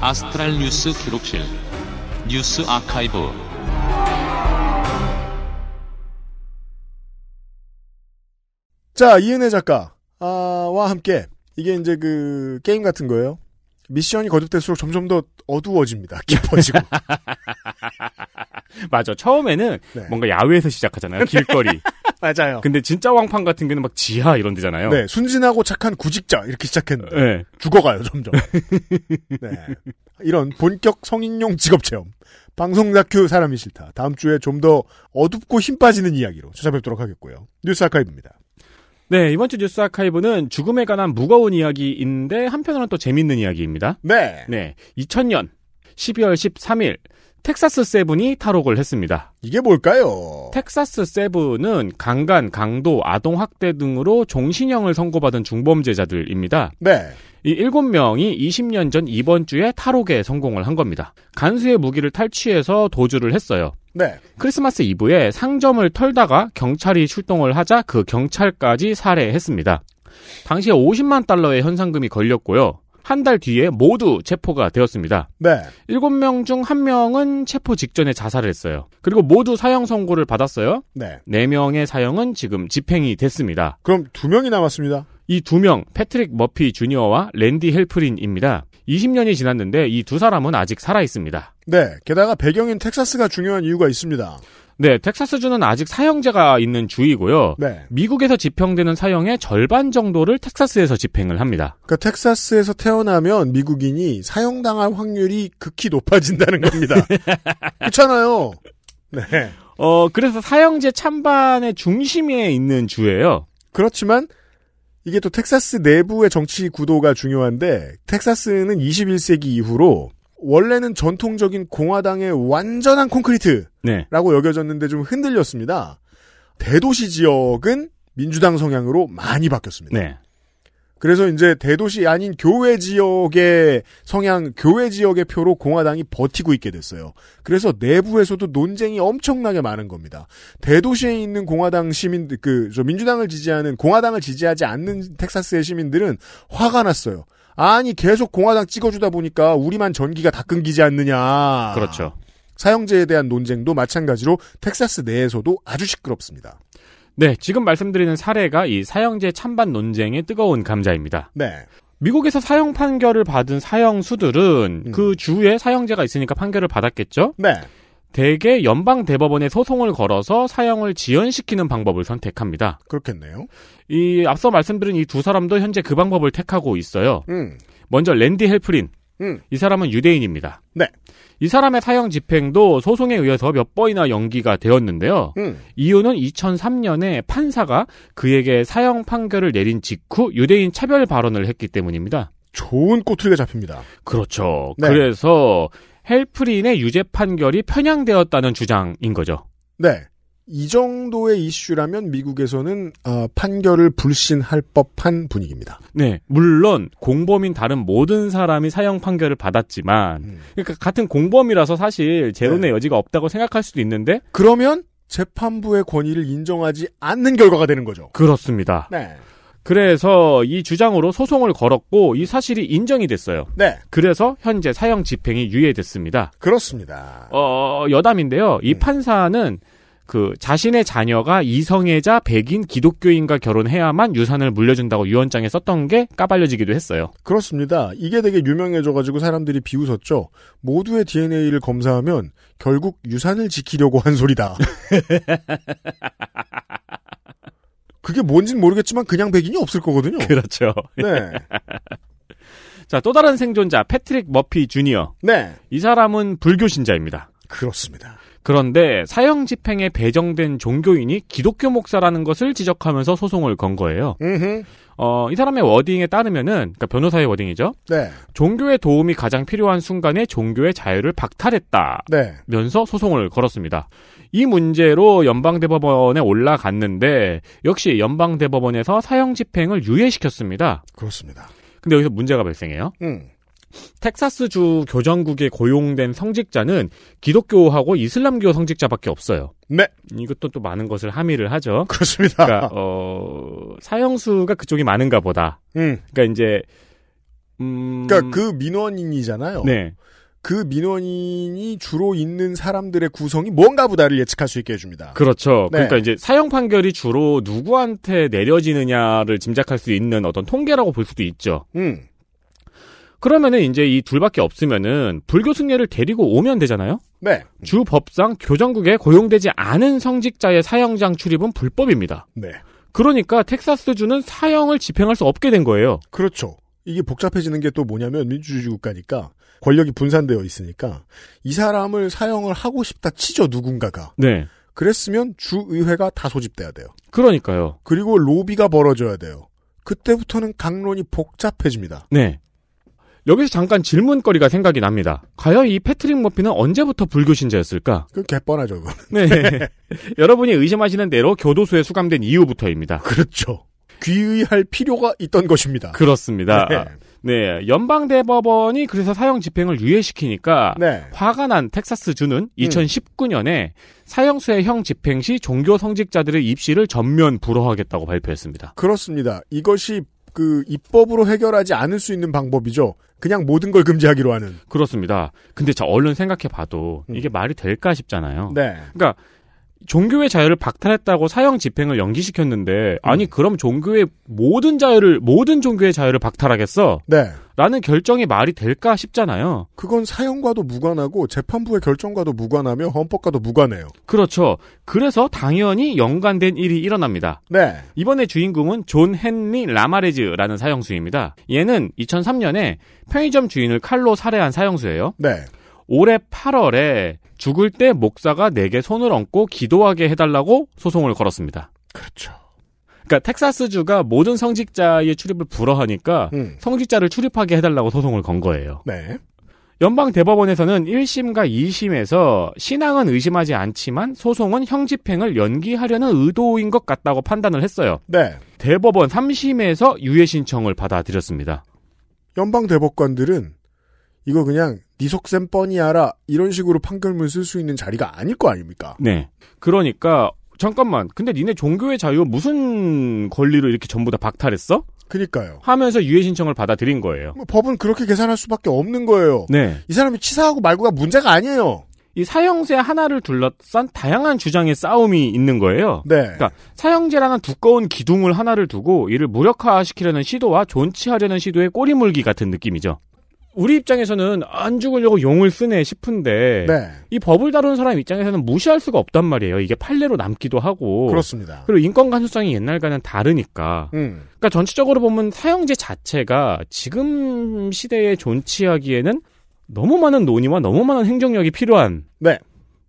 아스트랄 뉴스 기록실 뉴스 아카이브
자, 이은혜 작가와 함께 이게 이제 그 게임 같은 거예요. 미션이 거듭될수록 점점 더 어두워집니다. 깊어지고.
맞아. 처음에는
네.
뭔가 야외에서 시작하잖아요.
[LAUGHS]
길거리.
맞아요.
근데 진짜 왕판 같은 경우는 막 지하 이런 데잖아요.
네, 순진하고 착한 구직자 이렇게 시작했는데
네.
죽어가요 점점. 네, 이런 본격 성인용 직업 체험 방송 다큐 사람이 싫다. 다음 주에 좀 더 어둡고 힘 빠지는 이야기로 찾아뵙도록 하겠고요. 뉴스 아카이브입니다.
네, 이번 주 뉴스 아카이브는 죽음에 관한 무거운 이야기인데 한편으로는 또 재밌는 이야기입니다.
네.
네. 2000년 12월 13일 텍사스 세븐이 탈옥을 했습니다.
이게 뭘까요?
텍사스 세븐은 강간, 강도, 아동 학대 등으로 종신형을 선고받은 중범죄자들입니다.
네.
이 일곱 명이 20년 전 이번 주에 탈옥에 성공을 한 겁니다. 간수의 무기를 탈취해서 도주를 했어요.
네.
크리스마스 이브에 상점을 털다가 경찰이 출동을 하자 그 경찰까지 살해했습니다. 당시에 50만 달러의 현상금이 걸렸고요. 한 달 뒤에 모두 체포가 되었습니다.
네.
7명 중 1명은 체포 직전에 자살을 했어요. 그리고 모두 사형 선고를 받았어요.
네.
4명의 사형은 지금 집행이 됐습니다.
그럼 2명이 남았습니다.
이 2명, 패트릭 머피 주니어와 랜디 헬프린입니다. 20년이 지났는데 이 두 사람은 아직 살아있습니다.
네. 게다가 배경인 텍사스가 중요한 이유가 있습니다.
네, 텍사스주는 아직 사형제가 있는 주이고요.
네.
미국에서 집행되는 사형의 절반 정도를 텍사스에서 집행을 합니다.
그러니까 텍사스에서 태어나면 미국인이 사형당할 확률이 극히 높아진다는 겁니다. 그렇잖아요. 네.
어, 그래서 사형제 찬반의 중심에 있는 주예요.
그렇지만 이게 또 텍사스 내부의 정치 구도가 중요한데 텍사스는 21세기 이후로 원래는 전통적인 공화당의 완전한 콘크리트라고
네.
여겨졌는데 좀 흔들렸습니다. 대도시 지역은 민주당 성향으로 많이 바뀌었습니다.
네.
그래서 이제 대도시 아닌 교외 지역의 성향, 교외 지역의 표로 공화당이 버티고 있게 됐어요. 그래서 내부에서도 논쟁이 엄청나게 많은 겁니다. 대도시에 있는 공화당 시민, 그, 저 민주당을 지지하는, 공화당을 지지하지 않는 텍사스의 시민들은 화가 났어요. 아니, 계속 공화당 찍어주다 보니까 우리만 전기가 다 끊기지 않느냐.
그렇죠.
사형제에 대한 논쟁도 마찬가지로 텍사스 내에서도 아주 시끄럽습니다.
네, 지금 말씀드리는 사례가 이 사형제 찬반 논쟁의 뜨거운 감자입니다.
네.
미국에서 사형 판결을 받은 사형수들은 그 주에 사형제가 있으니까 판결을 받았겠죠?
네.
대개 연방 대법원에 소송을 걸어서 사형을 지연시키는 방법을 선택합니다.
그렇겠네요.
이 앞서 말씀드린 이 두 사람도 현재 그 방법을 택하고 있어요.
음.
먼저 랜디 헬프린.
음.
이 사람은 유대인입니다.
네.
이 사람의 사형 집행도 소송에 의해서 몇 번이나 연기가 되었는데요.
음.
이유는 2003년에 판사가 그에게 사형 판결을 내린 직후 유대인 차별 발언을 했기 때문입니다.
좋은 꼬투리가 잡힙니다.
그렇죠.
네.
그래서 헬프린의 유죄 판결이 편향되었다는 주장인 거죠.
네. 이 정도의 이슈라면 미국에서는 어, 판결을 불신할 법한 분위기입니다.
네, 물론 공범인 다른 모든 사람이 사형 판결을 받았지만, 그러니까 같은 공범이라서 사실 재론의 여지가 없다고 생각할 수도 있는데
그러면 재판부의 권위를 인정하지 않는 결과가 되는 거죠.
그렇습니다.
네.
그래서 이 주장으로 소송을 걸었고 이 사실이 인정이 됐어요.
네.
그래서 현재 사형 집행이 유예됐습니다.
그렇습니다.
어, 여담인데요. 이 판사는 그 자신의 자녀가 이성애자 백인 기독교인과 결혼해야만 유산을 물려준다고 유언장에 썼던 게 까발려지기도 했어요.
그렇습니다. 이게 되게 유명해져가지고 사람들이 비웃었죠. 모두의 DNA를 검사하면 결국 유산을 지키려고 한
[LAUGHS]
소리다. 그게 뭔진 모르겠지만 그냥 백인이 없을 거거든요.
[LAUGHS] 그렇죠.
네.
자, 또 다른 생존자 패트릭 머피 주니어.
네.
이 사람은 불교 신자입니다.
그렇습니다.
그런데 사형 집행에 배정된 종교인이 기독교 목사라는 것을 지적하면서 소송을 건 거예요.
음흠.
어, 이 사람의 워딩에 따르면은 그러니까 변호사의 워딩이죠.
네.
종교의 도움이 가장 필요한 순간에 종교의 자유를 박탈했다.
네.
면서 소송을 걸었습니다. 이 문제로 연방대법원에 올라갔는데 역시 연방대법원에서 사형 집행을 유예시켰습니다.
그렇습니다.
근데 여기서 문제가 발생해요.
음.
텍사스주 교정국에 고용된 성직자는 기독교하고 이슬람교 성직자밖에 없어요.
네.
이것도 또 많은 것을 함의를 하죠.
그렇습니다. [LAUGHS]
그러니까 어, 사형수가 그쪽이 많은가 보다.
음.
그러니까 이제 음
그러니까 그 민원인이잖아요.
네.
그 민원인이 주로 있는 사람들의 구성이 뭔가 보다를 예측할 수 있게 해줍니다.
그렇죠.
네.
그러니까 이제 사형 판결이 주로 누구한테 내려지느냐를 짐작할 수 있는 어떤 통계라고 볼 수도 있죠.
음.
그러면은 이제 이 둘밖에 없으면은 불교 승려를 데리고 오면 되잖아요.
네.
주 법상 교정국에 고용되지 않은 성직자의 사형장 출입은 불법입니다.
네.
그러니까 텍사스주는 사형을 집행할 수 없게 된 거예요.
그렇죠. 이게 복잡해지는 게 또 뭐냐면 민주주의 국가니까 권력이 분산되어 있으니까 이 사람을 사형을 하고 싶다 치죠 누군가가.
네.
그랬으면 주의회가 다 소집돼야 돼요.
그러니까요.
그리고 로비가 벌어져야 돼요. 그때부터는 강론이 복잡해집니다.
네. 여기서 잠깐 질문거리가 생각이 납니다. 과연 이 패트릭 머피는 언제부터 불교 신자였을까?
그 개뻔하죠, 그건.
네. [LAUGHS] 여러분이 의심하시는 대로 교도소에 수감된 이후부터입니다.
그렇죠. 귀의할 필요가 있던 것입니다.
그렇습니다.
네.
네, 연방 대법원이 그래서 사형 집행을 유예시키니까
네.
화가 난 텍사스
음.
주는 2019년에 사형 수의형 집행 시 종교 성직자들의 입시를 전면 불허하겠다고 발표했습니다.
그렇습니다. 이것이 그 입법으로 해결하지 않을 수 있는 방법이죠. 그냥 모든 걸 금지하기로 하는.
그렇습니다. 근데 저 얼른 생각해 봐도 이게 말이 될까 싶잖아요.
음. 네.
그러니까 종교의 자유를 박탈했다고 사형 집행을 연기시켰는데
음.
아니 그럼 종교의 모든 자유를 모든 종교의 자유를 박탈하겠어?
네.
라는 결정이 말이 될까 싶잖아요.
그건 사형과도 무관하고 재판부의 결정과도 무관하며 헌법과도 무관해요.
그렇죠. 그래서 당연히 연관된 일이 일어납니다.
네.
이번에 주인공은 존 헨리 라마레즈라는 사형수입니다. 얘는 2003년에 편의점 주인을 칼로 살해한 사형수예요.
네.
올해 8월에 죽을 때 목사가 내게 손을 얹고 기도하게 해달라고 소송을 걸었습니다.
그렇죠.
그러니까 텍사스주가 모든 성직자의 출입을 불허하니까
음.
성직자를 출입하게 해달라고 소송을 건 거예요.
네.
연방 대법원에서는 1심과 2심에서 신앙은 의심하지 않지만 소송은 형집행을 연기하려는 의도인 것 같다고 판단을 했어요.
네.
대법원 3심에서 유예 신청을 받아들였습니다.
연방 대법관들은 이거 그냥 니 속셈 뻔히 알아 이런 식으로 판결문 쓸 수 있는 자리가 아닐 거 아닙니까?
네. 그러니까 잠깐만. 근데 니네 종교의 자유 무슨 권리로 이렇게 전부 다 박탈했어?
그니까요.
하면서 유예 신청을 받아들인 거예요.
뭐 법은 그렇게 계산할 수밖에 없는 거예요.
네.
이 사람이 치사하고 말고가 문제가 아니에요.
이 사형제 하나를 둘러싼 다양한 주장의 싸움이 있는 거예요.
네.
그러니까 사형제라는 두꺼운 기둥을 하나를 두고 이를 무력화시키려는 시도와 존치하려는 시도의 꼬리물기 같은 느낌이죠. 우리 입장에서는 안 죽으려고 용을 쓰네 싶은데
네.
이 법을 다루는 사람 입장에서는 무시할 수가 없단 말이에요. 이게 판례로 남기도 하고
그렇습니다.
그리고 인권 간수성이 옛날과는 다르니까.
음.
그러니까 전체적으로 보면 사형제 자체가 지금 시대에 존치하기에는 너무 많은 논의와 너무 많은 행정력이 필요한
네.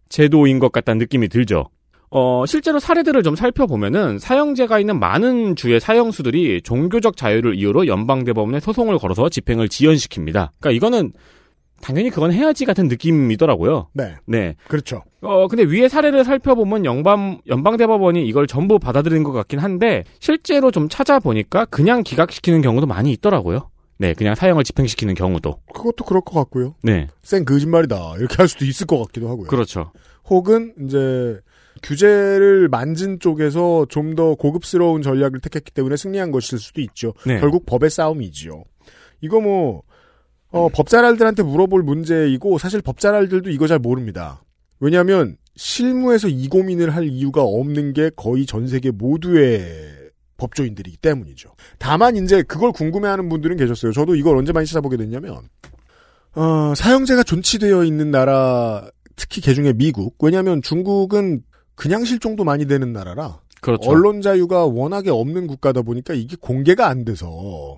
제도인 것 같다는 느낌이 들죠. 어, 실제로 사례들을 좀 살펴보면은 사형제가 있는 많은 주의 사형수들이 종교적 자유를 이유로 연방대법원에 소송을 걸어서 집행을 지연시킵니다. 그러니까 이거는 당연히 그건 해야지 같은 느낌이더라고요.
네.
네.
그렇죠.
어, 근데 위의 사례를 살펴보면 영방, 연방대법원이 이걸 전부 받아들인 것 같긴 한데, 실제로 좀 찾아보니까 그냥 기각시키는 경우도 많이 있더라고요. 네, 그냥 사형을 집행시키는 경우도.
그것도 그럴 것 같고요.
네.
생 거짓말이다 이렇게 할 수도 있을 것 같기도 하고요.
그렇죠.
혹은 이제 규제를 만진 쪽에서 좀 더 고급스러운 전략을 택했기 때문에 승리한 것일 수도 있죠.
네.
결국 법의 싸움이지요. 이거 뭐 어, 법자랄들한테 물어볼 문제이고 사실 법자랄들도 이거 잘 모릅니다. 왜냐하면 실무에서 이 고민을 할 이유가 없는 게 거의 전 세계 모두의 법조인들이기 때문이죠. 다만 이제 그걸 궁금해하는 분들은 계셨어요. 저도 이걸 언제 많이 찾아보게 됐냐면 어, 사형제가 존치되어 있는 나라, 특히 개중에 미국. 왜냐하면 중국은 그냥 실종도 많이 되는 나라라.
그렇죠.
언론 자유가 워낙에 없는 국가다 보니까 이게 공개가 안 돼서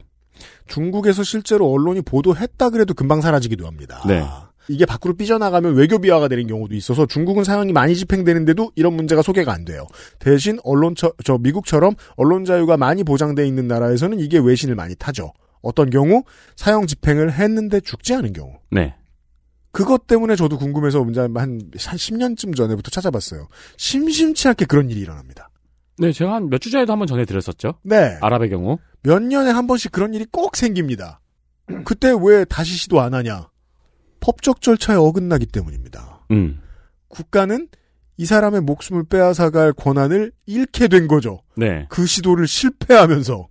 중국에서 실제로 언론이 보도했다 그래도 금방 사라지기도 합니다.
네.
이게 밖으로 삐져나가면 외교 비화가 되는 경우도 있어서 중국은 사형이 많이 집행되는데도 이런 문제가 소개가 안 돼요. 대신 언론 처, 저 미국처럼 언론 자유가 많이 보장돼 있는 나라에서는 이게 외신을 많이 타죠. 어떤 경우 사형 집행을 했는데 죽지 않은 경우.
네.
그것 때문에 저도 궁금해서 문제 한, 한 10년쯤 전에부터 찾아봤어요. 심심치 않게 그런 일이 일어납니다.
네, 제가 한 몇 주 전에도 한번 전해드렸었죠.
네.
아랍의 경우.
몇 년에 한 번씩 그런 일이 꼭 생깁니다. [CLEARS THROAT] 그때 왜 다시 시도 안 하냐? 법적 절차에 어긋나기 때문입니다.
음.
국가는 이 사람의 목숨을 빼앗아갈 권한을 잃게 된 거죠.
네.
그 시도를 실패하면서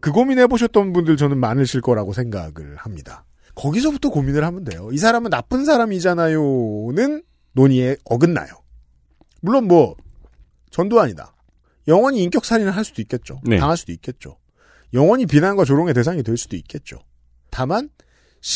그 고민해보셨던 분들 저는 많으실 거라고 생각을 합니다. 거기서부터 고민을 하면 돼요. 이 사람은 나쁜 사람이잖아요는 논의에 어긋나요. 물론 뭐 전두환이다. 영원히 인격살인을 할 수도 있겠죠.
네.
당할 수도 있겠죠. 영원히 비난과 조롱의 대상이 될 수도 있겠죠. 다만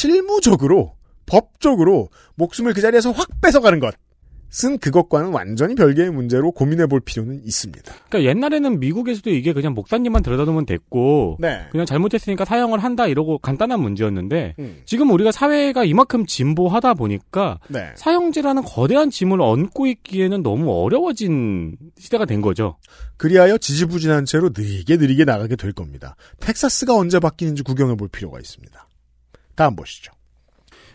실무적으로 법적으로 목숨을 그 자리에서 확 뺏어가는 것은 그것과는 완전히 별개의 문제로 고민해볼 필요는 있습니다.
그러니까 옛날에는 미국에서도 이게 그냥 목사님만 들여다보면 됐고,
네.
그냥 잘못했으니까 사형을 한다 이러고 간단한 문제였는데,
음.
지금 우리가 사회가 이만큼 진보하다 보니까
네.
사형제라는 거대한 짐을 얹고 있기에는 너무 어려워진 시대가 된 거죠.
그리하여 지지부진한 채로 느리게 느리게 나가게 될 겁니다. 텍사스가 언제 바뀌는지 구경해 볼 필요가 있습니다. 다음 보시죠.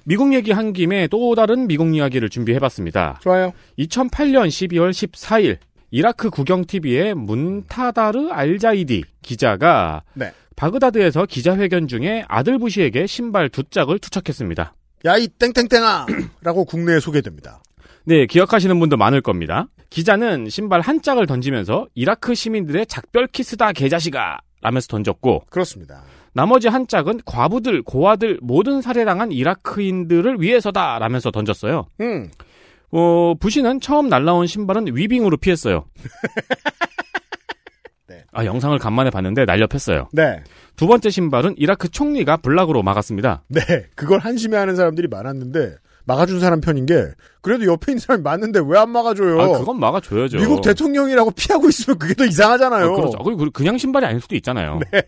미국 얘기 한 김에 또 다른 미국 이야기를 준비해봤습니다.
좋아요.
2008년 12월 14일 이라크 국영 TV의 문타다르 알자이디 기자가
네.
바그다드에서 기자회견 중에 아들 부시에게 신발 두 짝을 투척했습니다.
야 이 땡땡땡아! [CLEARS THROAT] 라고 국내에 소개됩니다.
네, 기억하시는 분도 많을 겁니다. 기자는 신발 한 짝을 던지면서 이라크 시민들의 작별 키스다 개자식아! 라면서 던졌고
그렇습니다.
나머지 한 짝은 과부들, 고아들, 모든 살해당한 이라크인들을 위해서다! 라면서 던졌어요.
음.
어, 부시는 처음 날라온 신발은
[LAUGHS]
위빙으로 피했어요. 아, 영상을 간만에 봤는데 날렵했어요.
네.
두 번째 신발은 이라크 총리가 블락으로 막았습니다.
네. 그걸 한심해하는 사람들이 많았는데 막아준 사람 편인 게 그래도 옆에 있는 사람이 맞는데 왜 안 막아줘요?
아, 그건 막아줘야죠.
미국 대통령이라고 피하고 있으면 그게 더 이상하잖아요.
어, 그렇죠. 그리고 그냥 신발이 아닐 수도 있잖아요.
네.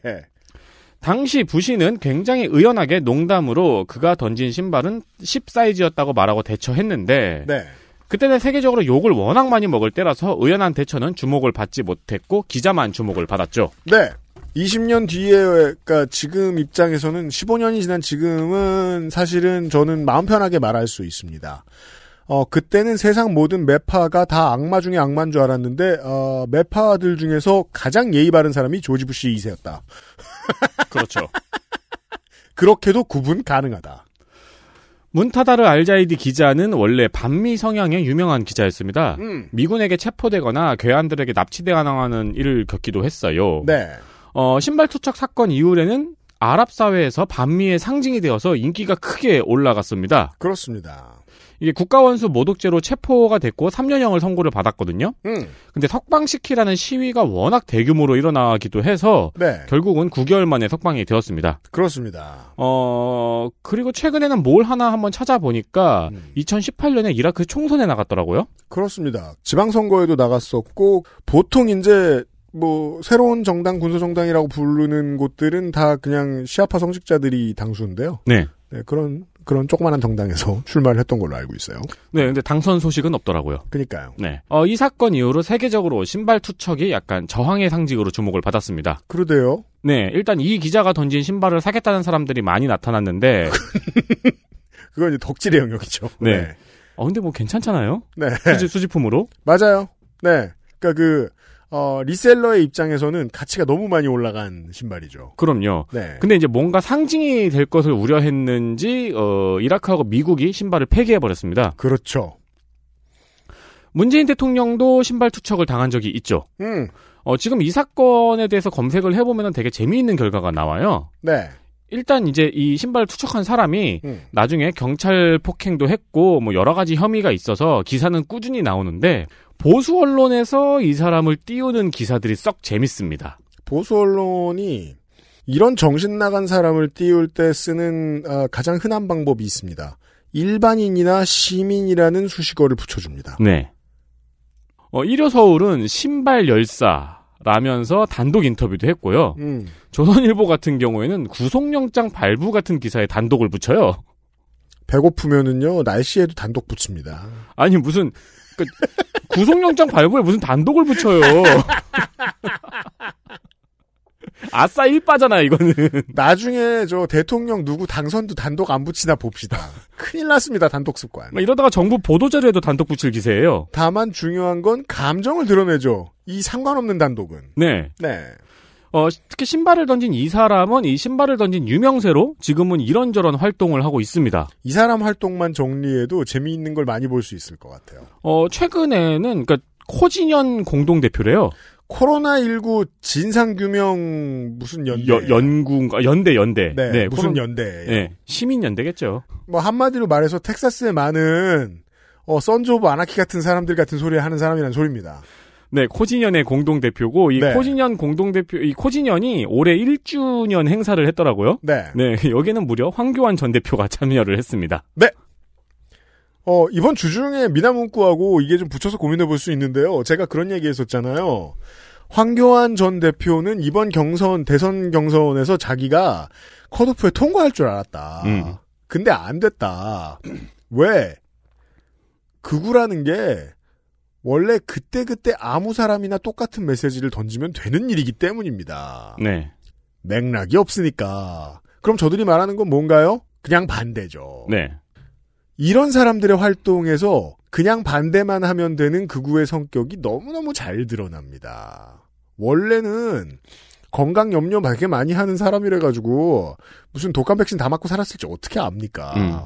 당시 부시는 굉장히 의연하게 농담으로 그가 던진 신발은 10 사이즈였다고 말하고 대처했는데
네.
그때는 세계적으로 욕을 워낙 많이 먹을 때라서 의연한 대처는 주목을 받지 못했고 기자만 주목을 받았죠.
네. 20년 뒤에 그러니까 지금 입장에서는 15년이 지난 지금은 사실은 저는 마음 편하게 말할 수 있습니다. 어 그때는 세상 모든 매파가 다 악마 중에 악마인 줄 알았는데 어 매파들 중에서 가장 예의 바른 사람이 조지 부시 2세였다.
[LAUGHS] 그렇죠.
그렇게도 구분 가능하다.
문타다르 알자이디 기자는 원래 반미 성향의 유명한 기자였습니다.
음.
미군에게 체포되거나 괴한들에게 납치당하는 일을 겪기도 했어요.
네.
어, 신발 투척 사건 이후에는 아랍 사회에서 반미의 상징이 되어서 인기가 크게 올라갔습니다.
그렇습니다.
이게 국가원수 모독죄로 체포가 됐고 3년형을 선고를 받았거든요.
음.
근데 석방시키라는 시위가 워낙 대규모로 일어나기도 해서
네.
결국은 9개월 만에 석방이 되었습니다.
그렇습니다.
어, 그리고 최근에는 뭘 하나 한번 찾아보니까 2018년에 이라크 총선에 나갔더라고요.
그렇습니다. 지방선거에도 나갔었고 보통 이제 뭐 새로운 정당 군소정당이라고 부르는 곳들은 다 그냥 시아파 성직자들이 당수인데요.
네.
네, 그런 그런 조그마한 정당에서 [LAUGHS] 출마를 했던 걸로 알고 있어요.
네, 근데 당선 소식은 없더라고요.
그러니까요.
네. 어, 이 사건 이후로 세계적으로 신발 투척이 약간 저항의 상징으로 주목을 받았습니다.
그러대요.
네, 일단 이 기자가 던진 신발을 사겠다는 사람들이 많이 [LAUGHS] 나타났는데,
그건 이제 덕질의 영역이죠.
네. 어, 근데 뭐 괜찮잖아요?
네.
수지, 수지품으로?
맞아요. 네. 그러니까 그 어, 리셀러의 입장에서는 가치가 너무 많이 올라간 신발이죠.
그럼요.
네.
근데 이제 뭔가 상징이 될 것을 우려했는지, 어, 이라크하고 미국이 신발을 폐기해버렸습니다.
그렇죠.
문재인 대통령도 신발 투척을 당한 적이 있죠.
음.
어, 지금 이 사건에 대해서 검색을 해보면 되게 재미있는 결과가 나와요.
네.
일단 이제 이 신발을 투척한 사람이
음.
나중에 경찰 폭행도 했고 뭐 여러 가지 혐의가 있어서 기사는 꾸준히 나오는데 보수 언론에서 이 사람을 띄우는 기사들이 썩 재밌습니다.
보수 언론이 이런 정신 나간 사람을 띄울 때 쓰는 어, 가장 흔한 방법이 있습니다. 일반인이나 시민이라는 수식어를 붙여줍니다.
네. 어, 일요 서울은 신발 열사라면서 단독 인터뷰도 했고요.
음.
조선일보 같은 경우에는 구속영장 발부 같은 기사에 단독을 붙여요.
배고프면은요 날씨에도 단독 붙입니다.
아니 무슨 그, 구속영장 발부에 무슨 단독을 붙여요.
[LAUGHS]
아싸 일빠잖아 이거는.
나중에 저 대통령 누구 당선도 단독 안 붙이나 봅시다. 큰일 났습니다 단독 습관.
막 이러다가 정부 보도자료에도 단독 붙일 기세예요.
다만 중요한 건 감정을 드러내죠. 이 상관없는 단독은.
네.
네.
어, 시- 특히 신발을 던진 이 사람은 이 신발을 던진 유명세로 지금은 이런저런 활동을 하고 있습니다.
이 사람 활동만 정리해도 재미있는 걸 많이 볼 수 있을 것 같아요.
어, 최근에는 그러니까 코진연 공동대표래요.
코로나19 진상규명 무슨 연대.
여- 연구인가 연대 연대.
네, 무슨
코로-
연대.
네, 시민연대겠죠.
뭐 한마디로 말해서 텍사스에 많은 어, 선조브 아나키 같은 사람들 같은 소리 하는 사람이라는 소리입니다.
네, 코진연의 공동대표고 이
네.
코진연 공동대표 이 코진연이 올해 1주년 행사를 했더라고요.
네.
네, [LAUGHS] 여기는 무려 황교안 전 대표가 참여를 했습니다.
어, 이번 주 중에 미나문구하고 이게 좀 붙여서 고민해 볼 수 있는데요. 제가 그런 얘기 했었잖아요. 황교안 전 대표는 이번 경선, 대선 경선에서 자기가 컷오프에 통과할 줄 알았다.
음.
근데 안 됐다. 왜? 극우라는 게 원래 그때그때 아무 사람이나 똑같은 메시지를 던지면 되는 일이기 때문입니다.
네.
맥락이 없으니까. 그럼 저들이 말하는 건 뭔가요? 그냥 반대죠.
네.
이런 사람들의 활동에서 그냥 반대만 하면 되는 극우의 성격이 너무너무 잘 드러납니다. 원래는 건강 염려 되게 많이 하는 사람이래가지고 무슨 독감 백신 다 맞고 살았을지 어떻게 압니까?
음.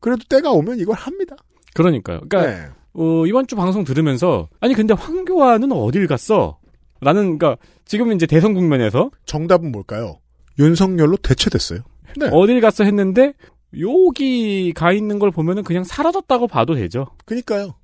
그래도 때가 오면 이걸 합니다.
그러니까요. 그러니까
네.
어, 이번 주 방송 들으면서 아니 근데 황교안은 어딜 갔어? 라는 그러니까 지금 이제 대선 국면에서
정답은 뭘까요? 윤석열로 대체됐어요.
어딜 갔어 했는데 여기 가 있는 걸 보면은 그냥 사라졌다고 봐도 되죠.
그니까요.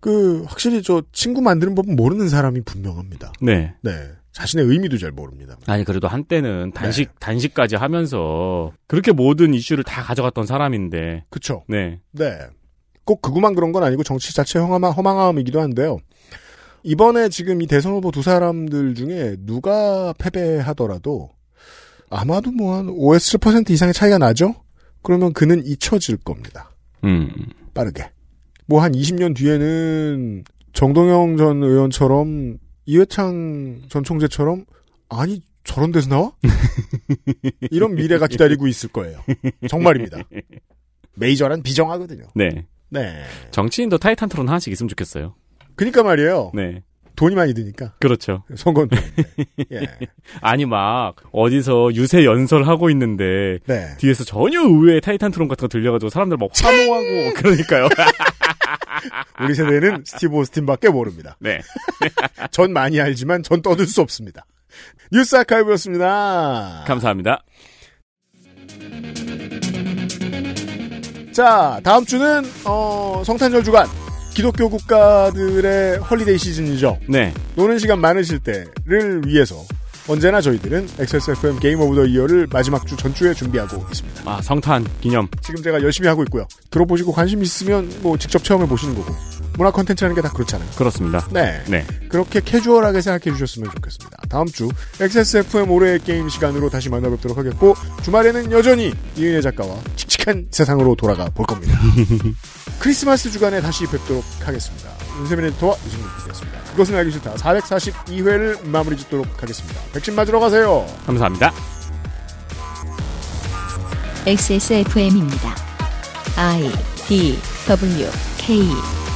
그 확실히 저 친구 만드는 법은 모르는 사람이 분명합니다.
네.
네. 자신의 의미도 잘 모릅니다.
아니 그래도 한때는 단식 단식까지 하면서 그렇게 모든 이슈를 다 가져갔던 사람인데.
그쵸.
네.
네. 꼭 그구만 그런 건 아니고 정치 자체 허망함, 허망함이기도 한데요. 이번에 지금 이 대선 후보 두 사람들 중에 누가 패배하더라도 아마도 뭐 한 5에서 7% 이상의 차이가 나죠? 그러면 그는 잊혀질 겁니다.
음.
빠르게. 뭐 한 20년 뒤에는 정동영 전 의원처럼 이회창 전 총재처럼 아니 저런 데서 나와? 이런 미래가 기다리고 있을 거예요. 정말입니다. 메이저란 비정하거든요.
네.
네.
정치인도 타이탄 토론 하나씩 있으면 좋겠어요.
그러니까 말이에요.
네.
돈이 많이 드니까. 예.
그렇죠.
선거
아니 막 어디서 유세 연설하고 있는데
네.
뒤에서 전혀 의외의 타이탄 트론 같은 거 들려가지고 사람들 막 화모하고 그러니까요.
우리 세대는 스티브 오스틴밖에 모릅니다.
네.
전 많이 알지만 전 떠들 수 없습니다. 뉴스 아카이브였습니다.
감사합니다.
자, 다음 주는 어, 성탄절 주간 기독교 국가들의 헐리데이 시즌이죠.
네.
노는 시간 많으실 때를 위해서 언제나 저희들은 XSFM 게임 오브 더 이어를 마지막 주 전주에 준비하고 있습니다.
아 성탄 기념.
지금 제가 열심히 하고 있고요. 들어보시고 관심 있으면 뭐 직접 체험해 보시는 거고 문화 컨텐츠라는 게 다 그렇잖아요.
그렇습니다.
네.
네.
그렇게 캐주얼하게 생각해 주셨으면 좋겠습니다. 다음 주 XSFM 올해의 게임 시간으로 다시 만나뵙도록 하겠고 주말에는 여전히 이은혜 작가와 칙칙한 세상으로 돌아가 볼 겁니다. 크리스마스 주간에 다시 뵙도록 하겠습니다. 윤세민 에디터와 유승민 기자였습니다. 그것은 알기 싫다. 442회를 마무리 짓도록 하겠습니다. 백신 맞으러 가세요.
감사합니다.
XSFM입니다. I D W K